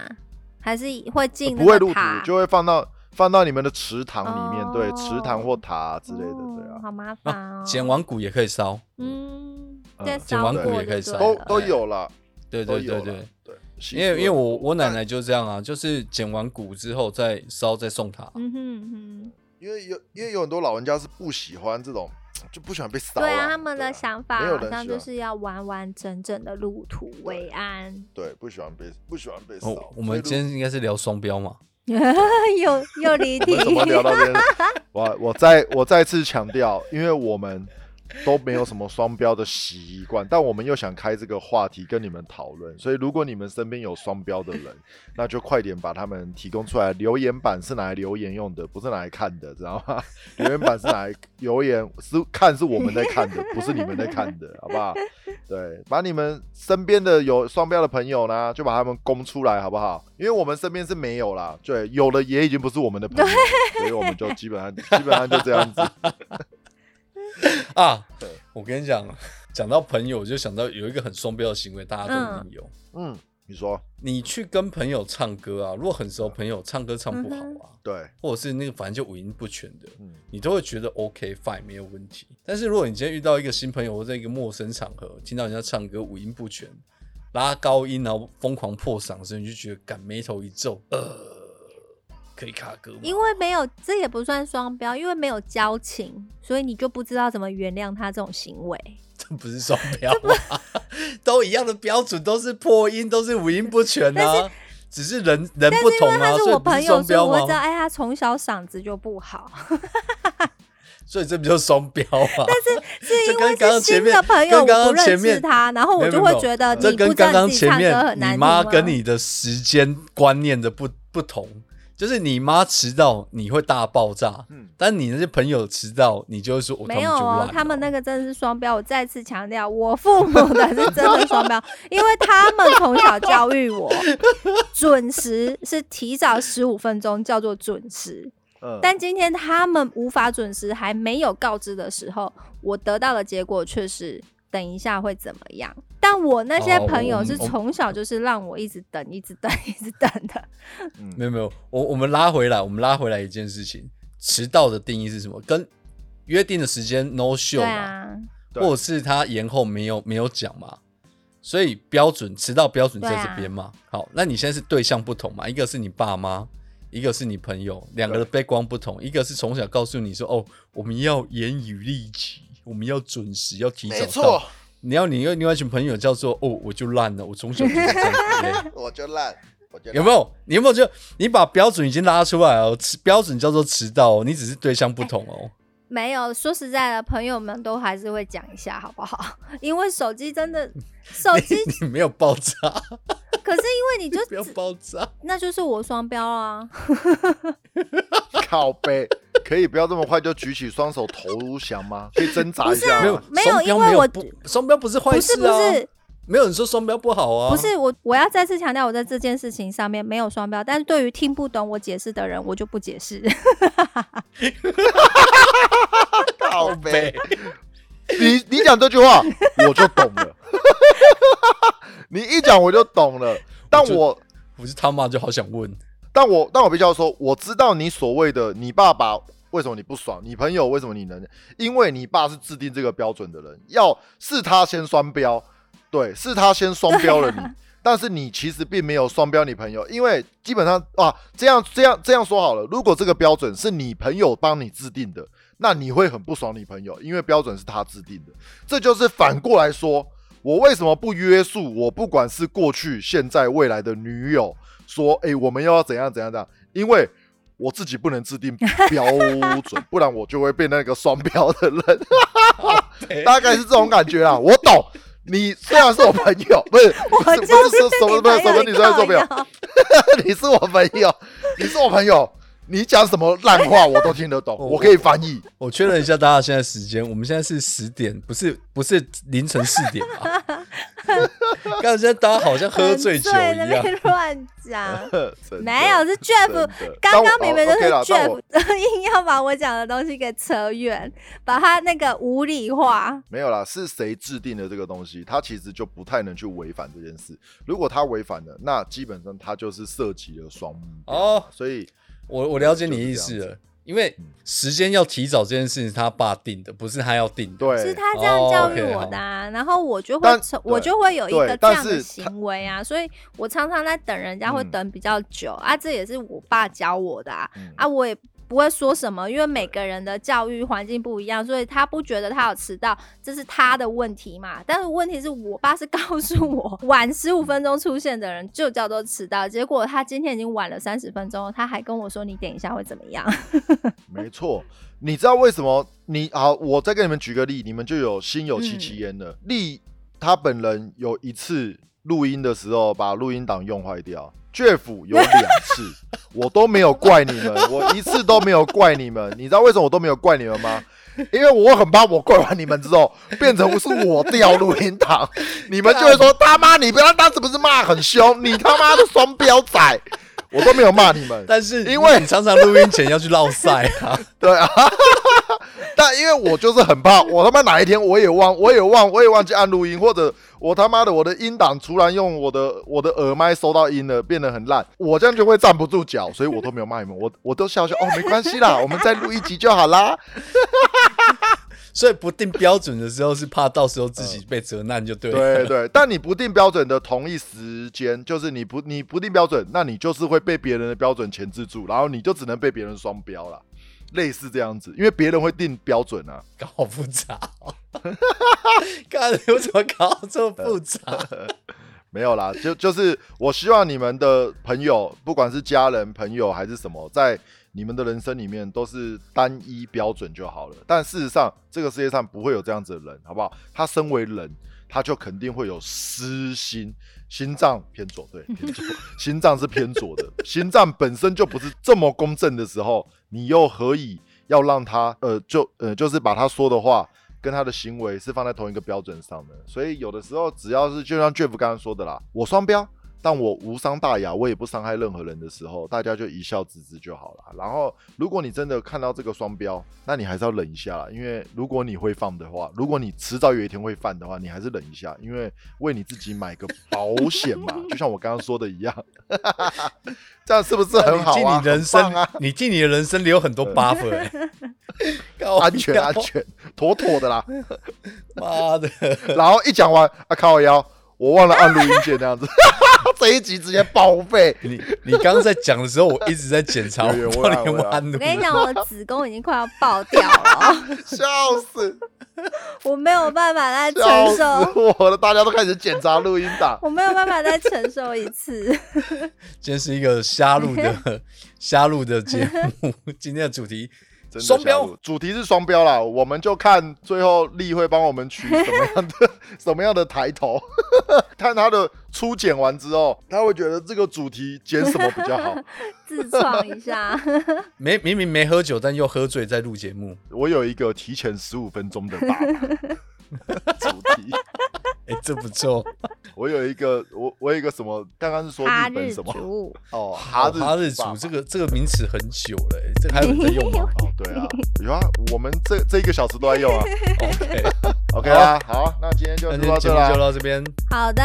Speaker 1: 还是会进
Speaker 2: 不
Speaker 1: 那
Speaker 2: 会
Speaker 1: 个
Speaker 2: 入土
Speaker 1: 塔，
Speaker 2: 就会放到放到你们的池塘里面，
Speaker 1: 哦
Speaker 2: 对，池塘或塔、之类的，对
Speaker 1: 哦
Speaker 2: 啊，
Speaker 1: 好麻烦哦。
Speaker 3: 捡完骨也可以烧，
Speaker 1: 嗯，
Speaker 2: 嗯
Speaker 1: 再
Speaker 2: 剪
Speaker 1: 烧
Speaker 3: 完
Speaker 1: 过
Speaker 3: 骨
Speaker 1: 就
Speaker 3: 也可
Speaker 1: 对
Speaker 3: 以烧
Speaker 2: 都
Speaker 1: 了
Speaker 2: 都有啦，
Speaker 3: 对
Speaker 2: 都
Speaker 3: 对
Speaker 2: 有
Speaker 3: 对
Speaker 2: 啦对，
Speaker 3: 对。
Speaker 2: 习
Speaker 3: 因为
Speaker 2: 俗
Speaker 3: 因为我
Speaker 2: 有
Speaker 3: 我奶奶就这样啊，就是捡完骨之后再烧再送她。
Speaker 1: 嗯哼嗯
Speaker 2: 因为有因为有很多老人家是不喜欢这种，就不喜欢被
Speaker 1: 哼，
Speaker 2: 烧、
Speaker 1: 对啊，他们的想法
Speaker 2: 没有人
Speaker 1: 好像
Speaker 2: 喜
Speaker 1: 就
Speaker 2: 欢
Speaker 1: 是要完完整整的入土为安，
Speaker 2: 对不喜欢被不喜欢被烧、
Speaker 3: 哦，我们
Speaker 2: 所
Speaker 3: 今
Speaker 2: 以如
Speaker 3: 天应该是聊双标嘛？
Speaker 1: 又又离题
Speaker 2: 我，们怎么聊到这边？我我再我再次强调，因为我们。都没有什么双标的习惯，但我们又想开这个话题跟你们讨论，所以如果你们身边有双标的人，那就快点把他们提供出来。留言板是拿来留言用的，不是拿来看的，知道吗？留言板是拿来留言，是看是我们在看的，不是你们在看的，好不好？对，把你们身边的有双标的朋友呢，就把他们供出来，好不好？因为我们身边是没有啦，对，有的也已经不是我们的朋友了，所以我们就基本上基本上就这样子。
Speaker 3: 啊
Speaker 2: 对，
Speaker 3: 我跟你讲，讲到朋友，我就想到有一个很双标的行为，大家都一定有。
Speaker 2: 嗯，你说
Speaker 3: 你去跟朋友唱歌啊，如果很熟的朋友唱歌唱不好
Speaker 1: 嗯
Speaker 3: 啊，
Speaker 2: 对，
Speaker 3: 或者是那个反正就五音不全的，
Speaker 2: 嗯，
Speaker 3: 你都会觉得 OK fine 没有问题。但是如果你今天遇到一个新朋友或在一个陌生场合听到人家唱歌五音不全，拉高音，然后疯狂破嗓的时候，你就觉得感眉头一皱，呃，可以卡 歌吗？
Speaker 1: 因为没有，这也不算双标，因为没有交情，所以你就不知道怎么原谅他这种行为。
Speaker 3: 这不是双标啊， 都一样的标准，都是破音，都是五音不全啊，只是人人不同
Speaker 1: 因为
Speaker 3: 啊，
Speaker 1: 他是
Speaker 3: 所以
Speaker 1: 我
Speaker 3: 不
Speaker 1: 朋
Speaker 3: 是
Speaker 1: 友，所
Speaker 3: 双
Speaker 1: 以
Speaker 3: 标
Speaker 1: 我会知道，
Speaker 3: 吗？
Speaker 1: 哎，他从小嗓子就不好，
Speaker 3: 所以这不就是双标啊？
Speaker 1: 是
Speaker 3: 这
Speaker 1: 因
Speaker 3: 跟
Speaker 1: 为是
Speaker 3: 刚刚前
Speaker 1: 新
Speaker 3: 面
Speaker 1: 的朋友，
Speaker 3: 跟刚刚
Speaker 1: 我不认
Speaker 3: 前
Speaker 1: 识
Speaker 3: 面
Speaker 1: 他，然后我
Speaker 3: 没有
Speaker 1: 就
Speaker 3: 没
Speaker 1: 会
Speaker 3: 有
Speaker 1: 觉得
Speaker 3: 这
Speaker 1: 你不
Speaker 3: 跟
Speaker 1: 知道
Speaker 3: 刚刚
Speaker 1: 你自己
Speaker 3: 前
Speaker 1: 唱
Speaker 3: 面
Speaker 1: 歌很难
Speaker 3: 你
Speaker 1: 听
Speaker 3: 妈
Speaker 1: 吗？
Speaker 3: 跟你的时间观念的不不同，就是你妈迟到你会大爆炸，
Speaker 2: 嗯
Speaker 3: 但你那些朋友迟到，你就会说我、
Speaker 1: 没有
Speaker 3: 们就烂
Speaker 1: 哦
Speaker 3: 了，
Speaker 1: 他们那个真的是双标。我再次强调，我父母的是真的双 标，因为他们从小教育我，准时是提早十五分钟叫做准时，
Speaker 2: 嗯，
Speaker 1: 但今天他们无法准时，还没有告知的时候，我得到的结果却是等一下会怎么样。但我那些
Speaker 3: 哦
Speaker 1: 朋友
Speaker 3: 我
Speaker 1: 是
Speaker 3: 我
Speaker 1: 从小就是让我一直等、一直等、 一直等的。
Speaker 3: 没有没有，我我们拉回来，我们拉回来一件事情，迟到的定义是什么？跟约定的时间 no show
Speaker 1: 对
Speaker 3: 嘛，
Speaker 1: 啊，
Speaker 2: 对
Speaker 3: 或者是他延后没有没有讲嘛，所以标准迟到标准在这边嘛。
Speaker 1: 啊
Speaker 3: 好，那你现在是对象不同嘛，一个是你爸妈，一个是你朋友，两个的背光不同，一个是从小告诉你说哦，我们要严以律己，我们要准时，要提
Speaker 2: 没
Speaker 3: 早到
Speaker 2: 错。，
Speaker 3: 你要你另外一群朋友叫做哦，我就烂了，我从小就是这样子的。
Speaker 2: 我就烂，我就烂
Speaker 3: 有没有？你有没有就你把标准已经拉出来哦？迟标准叫做迟到哦，你只是对象不同哦。
Speaker 1: 没有，说实在的，朋友们都还是会讲一下，好不好？ 因为手机真 的，手机
Speaker 3: 你没有爆炸，
Speaker 1: 可是因为 你就
Speaker 3: 不要
Speaker 1: 只
Speaker 3: 爆炸。
Speaker 1: 那就是我双标啊，
Speaker 2: 靠背，可以不要这么快就举起双手投降吗？可以挣扎一下吗
Speaker 3: 没有，
Speaker 1: 哦没有
Speaker 3: 双标
Speaker 1: 因为
Speaker 3: 没有
Speaker 1: 我
Speaker 3: 不双标不是坏
Speaker 1: 不是
Speaker 3: 事
Speaker 1: 不
Speaker 3: 啊，
Speaker 1: 是
Speaker 3: 没有人说双标不好啊，
Speaker 1: 不是我我要再次强调，我在这件事情上面没有双标，但是对于听不懂我解释的人，我就不解释。
Speaker 2: 靠背
Speaker 3: 背。
Speaker 2: 你你讲这句话，我就懂了。 你一讲我就懂了，但
Speaker 3: 我就
Speaker 2: 我
Speaker 3: 我是他妈就好想问，
Speaker 2: 但我但我必须要说，我知道你所谓的你爸爸为什么你不爽，你朋友为什么你能，因为你爸是制定这个标准的人，要是他先双标，对，是他先双标了你。但是你其实并没有双标你朋友，因为基本上啊，这样这样这样说好了，如果这个标准是你朋友帮你制定的，那你会很不爽你朋友，因为标准是他制定的。这就是反过来说，我为什么不约束我不管是过去、现在、未来的女友，说，哎、我们要怎样怎样怎样，因为我自己不能制定标准， 不然我就会被那个双标的人，大概是这种感觉啊。我懂，你虽然是我朋友，不是，不
Speaker 1: 我
Speaker 2: 是
Speaker 1: 就
Speaker 2: 不是说什么
Speaker 1: 你
Speaker 2: 不是什
Speaker 1: 朋
Speaker 2: 么
Speaker 1: 友
Speaker 2: 女生做朋友，
Speaker 1: 靠腰
Speaker 2: 你是我朋友，你是我朋友，你讲什么烂话我都听得懂， 我可以翻译。
Speaker 3: 我确认一下大家现在时间，我们现在是十点，不是不是凌晨四点吧？ 刚才现在大家好像喝醉酒
Speaker 1: 很
Speaker 3: 一
Speaker 1: 醉那
Speaker 3: 样，
Speaker 1: 边乱 讲。
Speaker 2: 真 的
Speaker 1: 没有，是
Speaker 2: 真
Speaker 1: Jeff
Speaker 2: 的
Speaker 1: 刚
Speaker 2: 但
Speaker 1: 刚
Speaker 2: 我
Speaker 1: 明明就
Speaker 2: 哦
Speaker 1: 是
Speaker 2: ，OK 啦但
Speaker 1: Jeff，
Speaker 2: 我
Speaker 1: 硬要把我讲的东西给扯远，把他那个无理化。
Speaker 2: 没有啦，是谁制定的这个东西，他其实就不太能去违反这件事。如果他违反了，那基本上他就是涉及了双目标
Speaker 3: 哦
Speaker 2: 所以
Speaker 3: 我我了解你意思
Speaker 2: 就是这
Speaker 3: 了，因为时间要提早这件事情是他爸定的，不是他要定的。
Speaker 2: 对，
Speaker 1: 是他这样教育
Speaker 3: 哦，OK，
Speaker 1: 我
Speaker 3: 好
Speaker 1: 的、啊，然后我就会
Speaker 2: 但
Speaker 1: 成，
Speaker 2: 对
Speaker 1: 我就会有一
Speaker 2: 对
Speaker 1: 个这
Speaker 2: 但
Speaker 1: 样的
Speaker 2: 是他
Speaker 1: 行为啊，所以我常常在等人家会
Speaker 2: 嗯
Speaker 1: 等比较久、啊，这也是我爸教我的啊，
Speaker 2: 嗯
Speaker 1: 啊，我也不会说什么，因为每个人的教育环境不一样，所以他不觉得他有迟到，这是他的问题嘛。但是问题是我爸是 告诉我，晚十五分钟出现的人就叫做迟到，结果他今天已经晚了三十分钟，他还跟我说你等一下会怎么 样？
Speaker 2: 没错，你知道为什么你好？我再给你们举个例，你们就有心有戚戚焉了。丽他本人有一次录音的时候把录音档用坏掉，Jeff 有两次，我都没有怪你们，我一次都没有怪你们。你知道为什么我都没有怪你们 吗？因为我很怕我怪完你们之后，变成是我掉录音档，你们就会说他妈你不要当时不是骂很凶，你他妈的双标仔，我都没有骂你们。
Speaker 3: 但是
Speaker 2: 因为
Speaker 3: 你常常录音前要去绕赛啊，
Speaker 2: 对啊， 但因为我就是很怕，我他妈哪一天我也忘，我也忘，我也忘记按录音，或者我他妈的我的音档突然用我的我的耳麦收到音了，变得很烂，我这样就会站不住脚，所以我都没有骂你们，我我都笑笑哦，没关系啦，我们再录一集就好啦。
Speaker 3: 所以不定标准的时候是怕到时候自己被责难就对了。
Speaker 2: 嗯对对，但你不定标准的同一时间，就是你不你不定标准，那你就是会被别人的标准钳制住，然后你就只能被别人双标了，类似这样子，因为别人会定标准啊。
Speaker 3: 搞好复 杂、哦，看我怎么搞这么复杂？
Speaker 2: 没有啦，就就是我希望你们的朋友，不管是家人、朋友还是什么，在你们的人生里面都是单一标准就好了。但事实上，这个世界上不会有这样子的人，好不好？他身为人，他就肯定会有私心，心脏偏左，对，偏左，心脏是偏左的，心脏本身就不是这么公正的时候，你又何以要让他呃，就呃，就是把他说的话跟他的行为是放在同一个标准上的，所以有的时候只要是就像 Jeff 刚刚说的啦，我双标，但我无伤大雅，我也不伤害任何人的时候，大家就一笑置之就好了。然后，如果你真的看到这个双标，那你还是要忍一下啦，因为如果你会放的话，如果你迟早有一天会犯的话，你还是忍一下，因为为你自己买个保险嘛， 就像我刚刚说的一样， 这样是不是 很好
Speaker 3: 你
Speaker 2: 啊？
Speaker 3: 进你人
Speaker 2: 很
Speaker 3: 生，
Speaker 2: 棒啊，
Speaker 3: 你进你的人生留很多 buffer，、欸、搞
Speaker 2: 安全
Speaker 3: 不
Speaker 2: 安
Speaker 3: 了，
Speaker 2: 全，妥妥的啦。
Speaker 3: 妈的！
Speaker 2: 然后一讲完，啊靠腰，我忘了按录音键那 样子，这一集直接报废。
Speaker 3: 你你刚刚在讲的时候，我一直在检查
Speaker 2: 有有
Speaker 3: 我到底有没
Speaker 2: 我
Speaker 3: 有
Speaker 2: 有
Speaker 3: 按
Speaker 1: 我
Speaker 3: 录。
Speaker 1: 跟你讲，我的子宫已经快要爆掉 了，
Speaker 2: 笑死，
Speaker 1: 我没有办法再
Speaker 2: 笑
Speaker 1: 承受，
Speaker 2: 死我了！大家都开始检查录音 档，
Speaker 1: 我没有办法再承受一次。
Speaker 3: 今天是一个瞎录的 瞎录的节目， 今天的主题
Speaker 2: 真的
Speaker 3: 双标
Speaker 2: 吓死我，主题是双标啦，我们就看最后立会帮我们取什么 样的什么样的抬头， 看他的初剪完之后，他会觉得这个主题剪什么比较 好。
Speaker 1: 自创一 下，
Speaker 3: 没明明没喝酒，但又喝醉在录节目。
Speaker 2: 我有一个提前十五分钟的爸 爸主题，
Speaker 3: 哎、这不 错，
Speaker 2: 我有一个我我有一个什么，刚刚是说
Speaker 1: 哈
Speaker 2: 日
Speaker 1: 日
Speaker 2: 本什么
Speaker 1: 族，
Speaker 2: 哦，哈
Speaker 3: 哈
Speaker 2: 日
Speaker 3: 日哈日
Speaker 2: 族爸
Speaker 3: 族
Speaker 2: 爸
Speaker 3: 这个这个名词很久了、哎这个还有人在 用吗
Speaker 2: 哦，对啊，有啊，我们这这一个小时都在用啊。OK
Speaker 3: ？OK，
Speaker 2: 啊，好，那今天 就
Speaker 3: 那今
Speaker 2: 录到
Speaker 3: 天节
Speaker 2: 这
Speaker 3: 目
Speaker 2: 啦
Speaker 3: 就。到这边，
Speaker 1: 好的，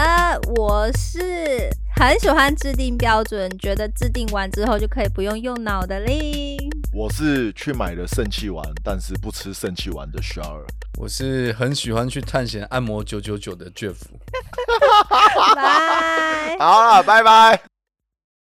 Speaker 1: 我是很喜欢制定标准，觉得制定完之后就可以不用用脑的嘞。
Speaker 2: 我是去买了肾气丸，但是不吃肾气丸的 s h a r
Speaker 3: 我是很喜欢去探险按摩九九九的 Jeff。
Speaker 1: 拜。
Speaker 2: 好了，拜拜。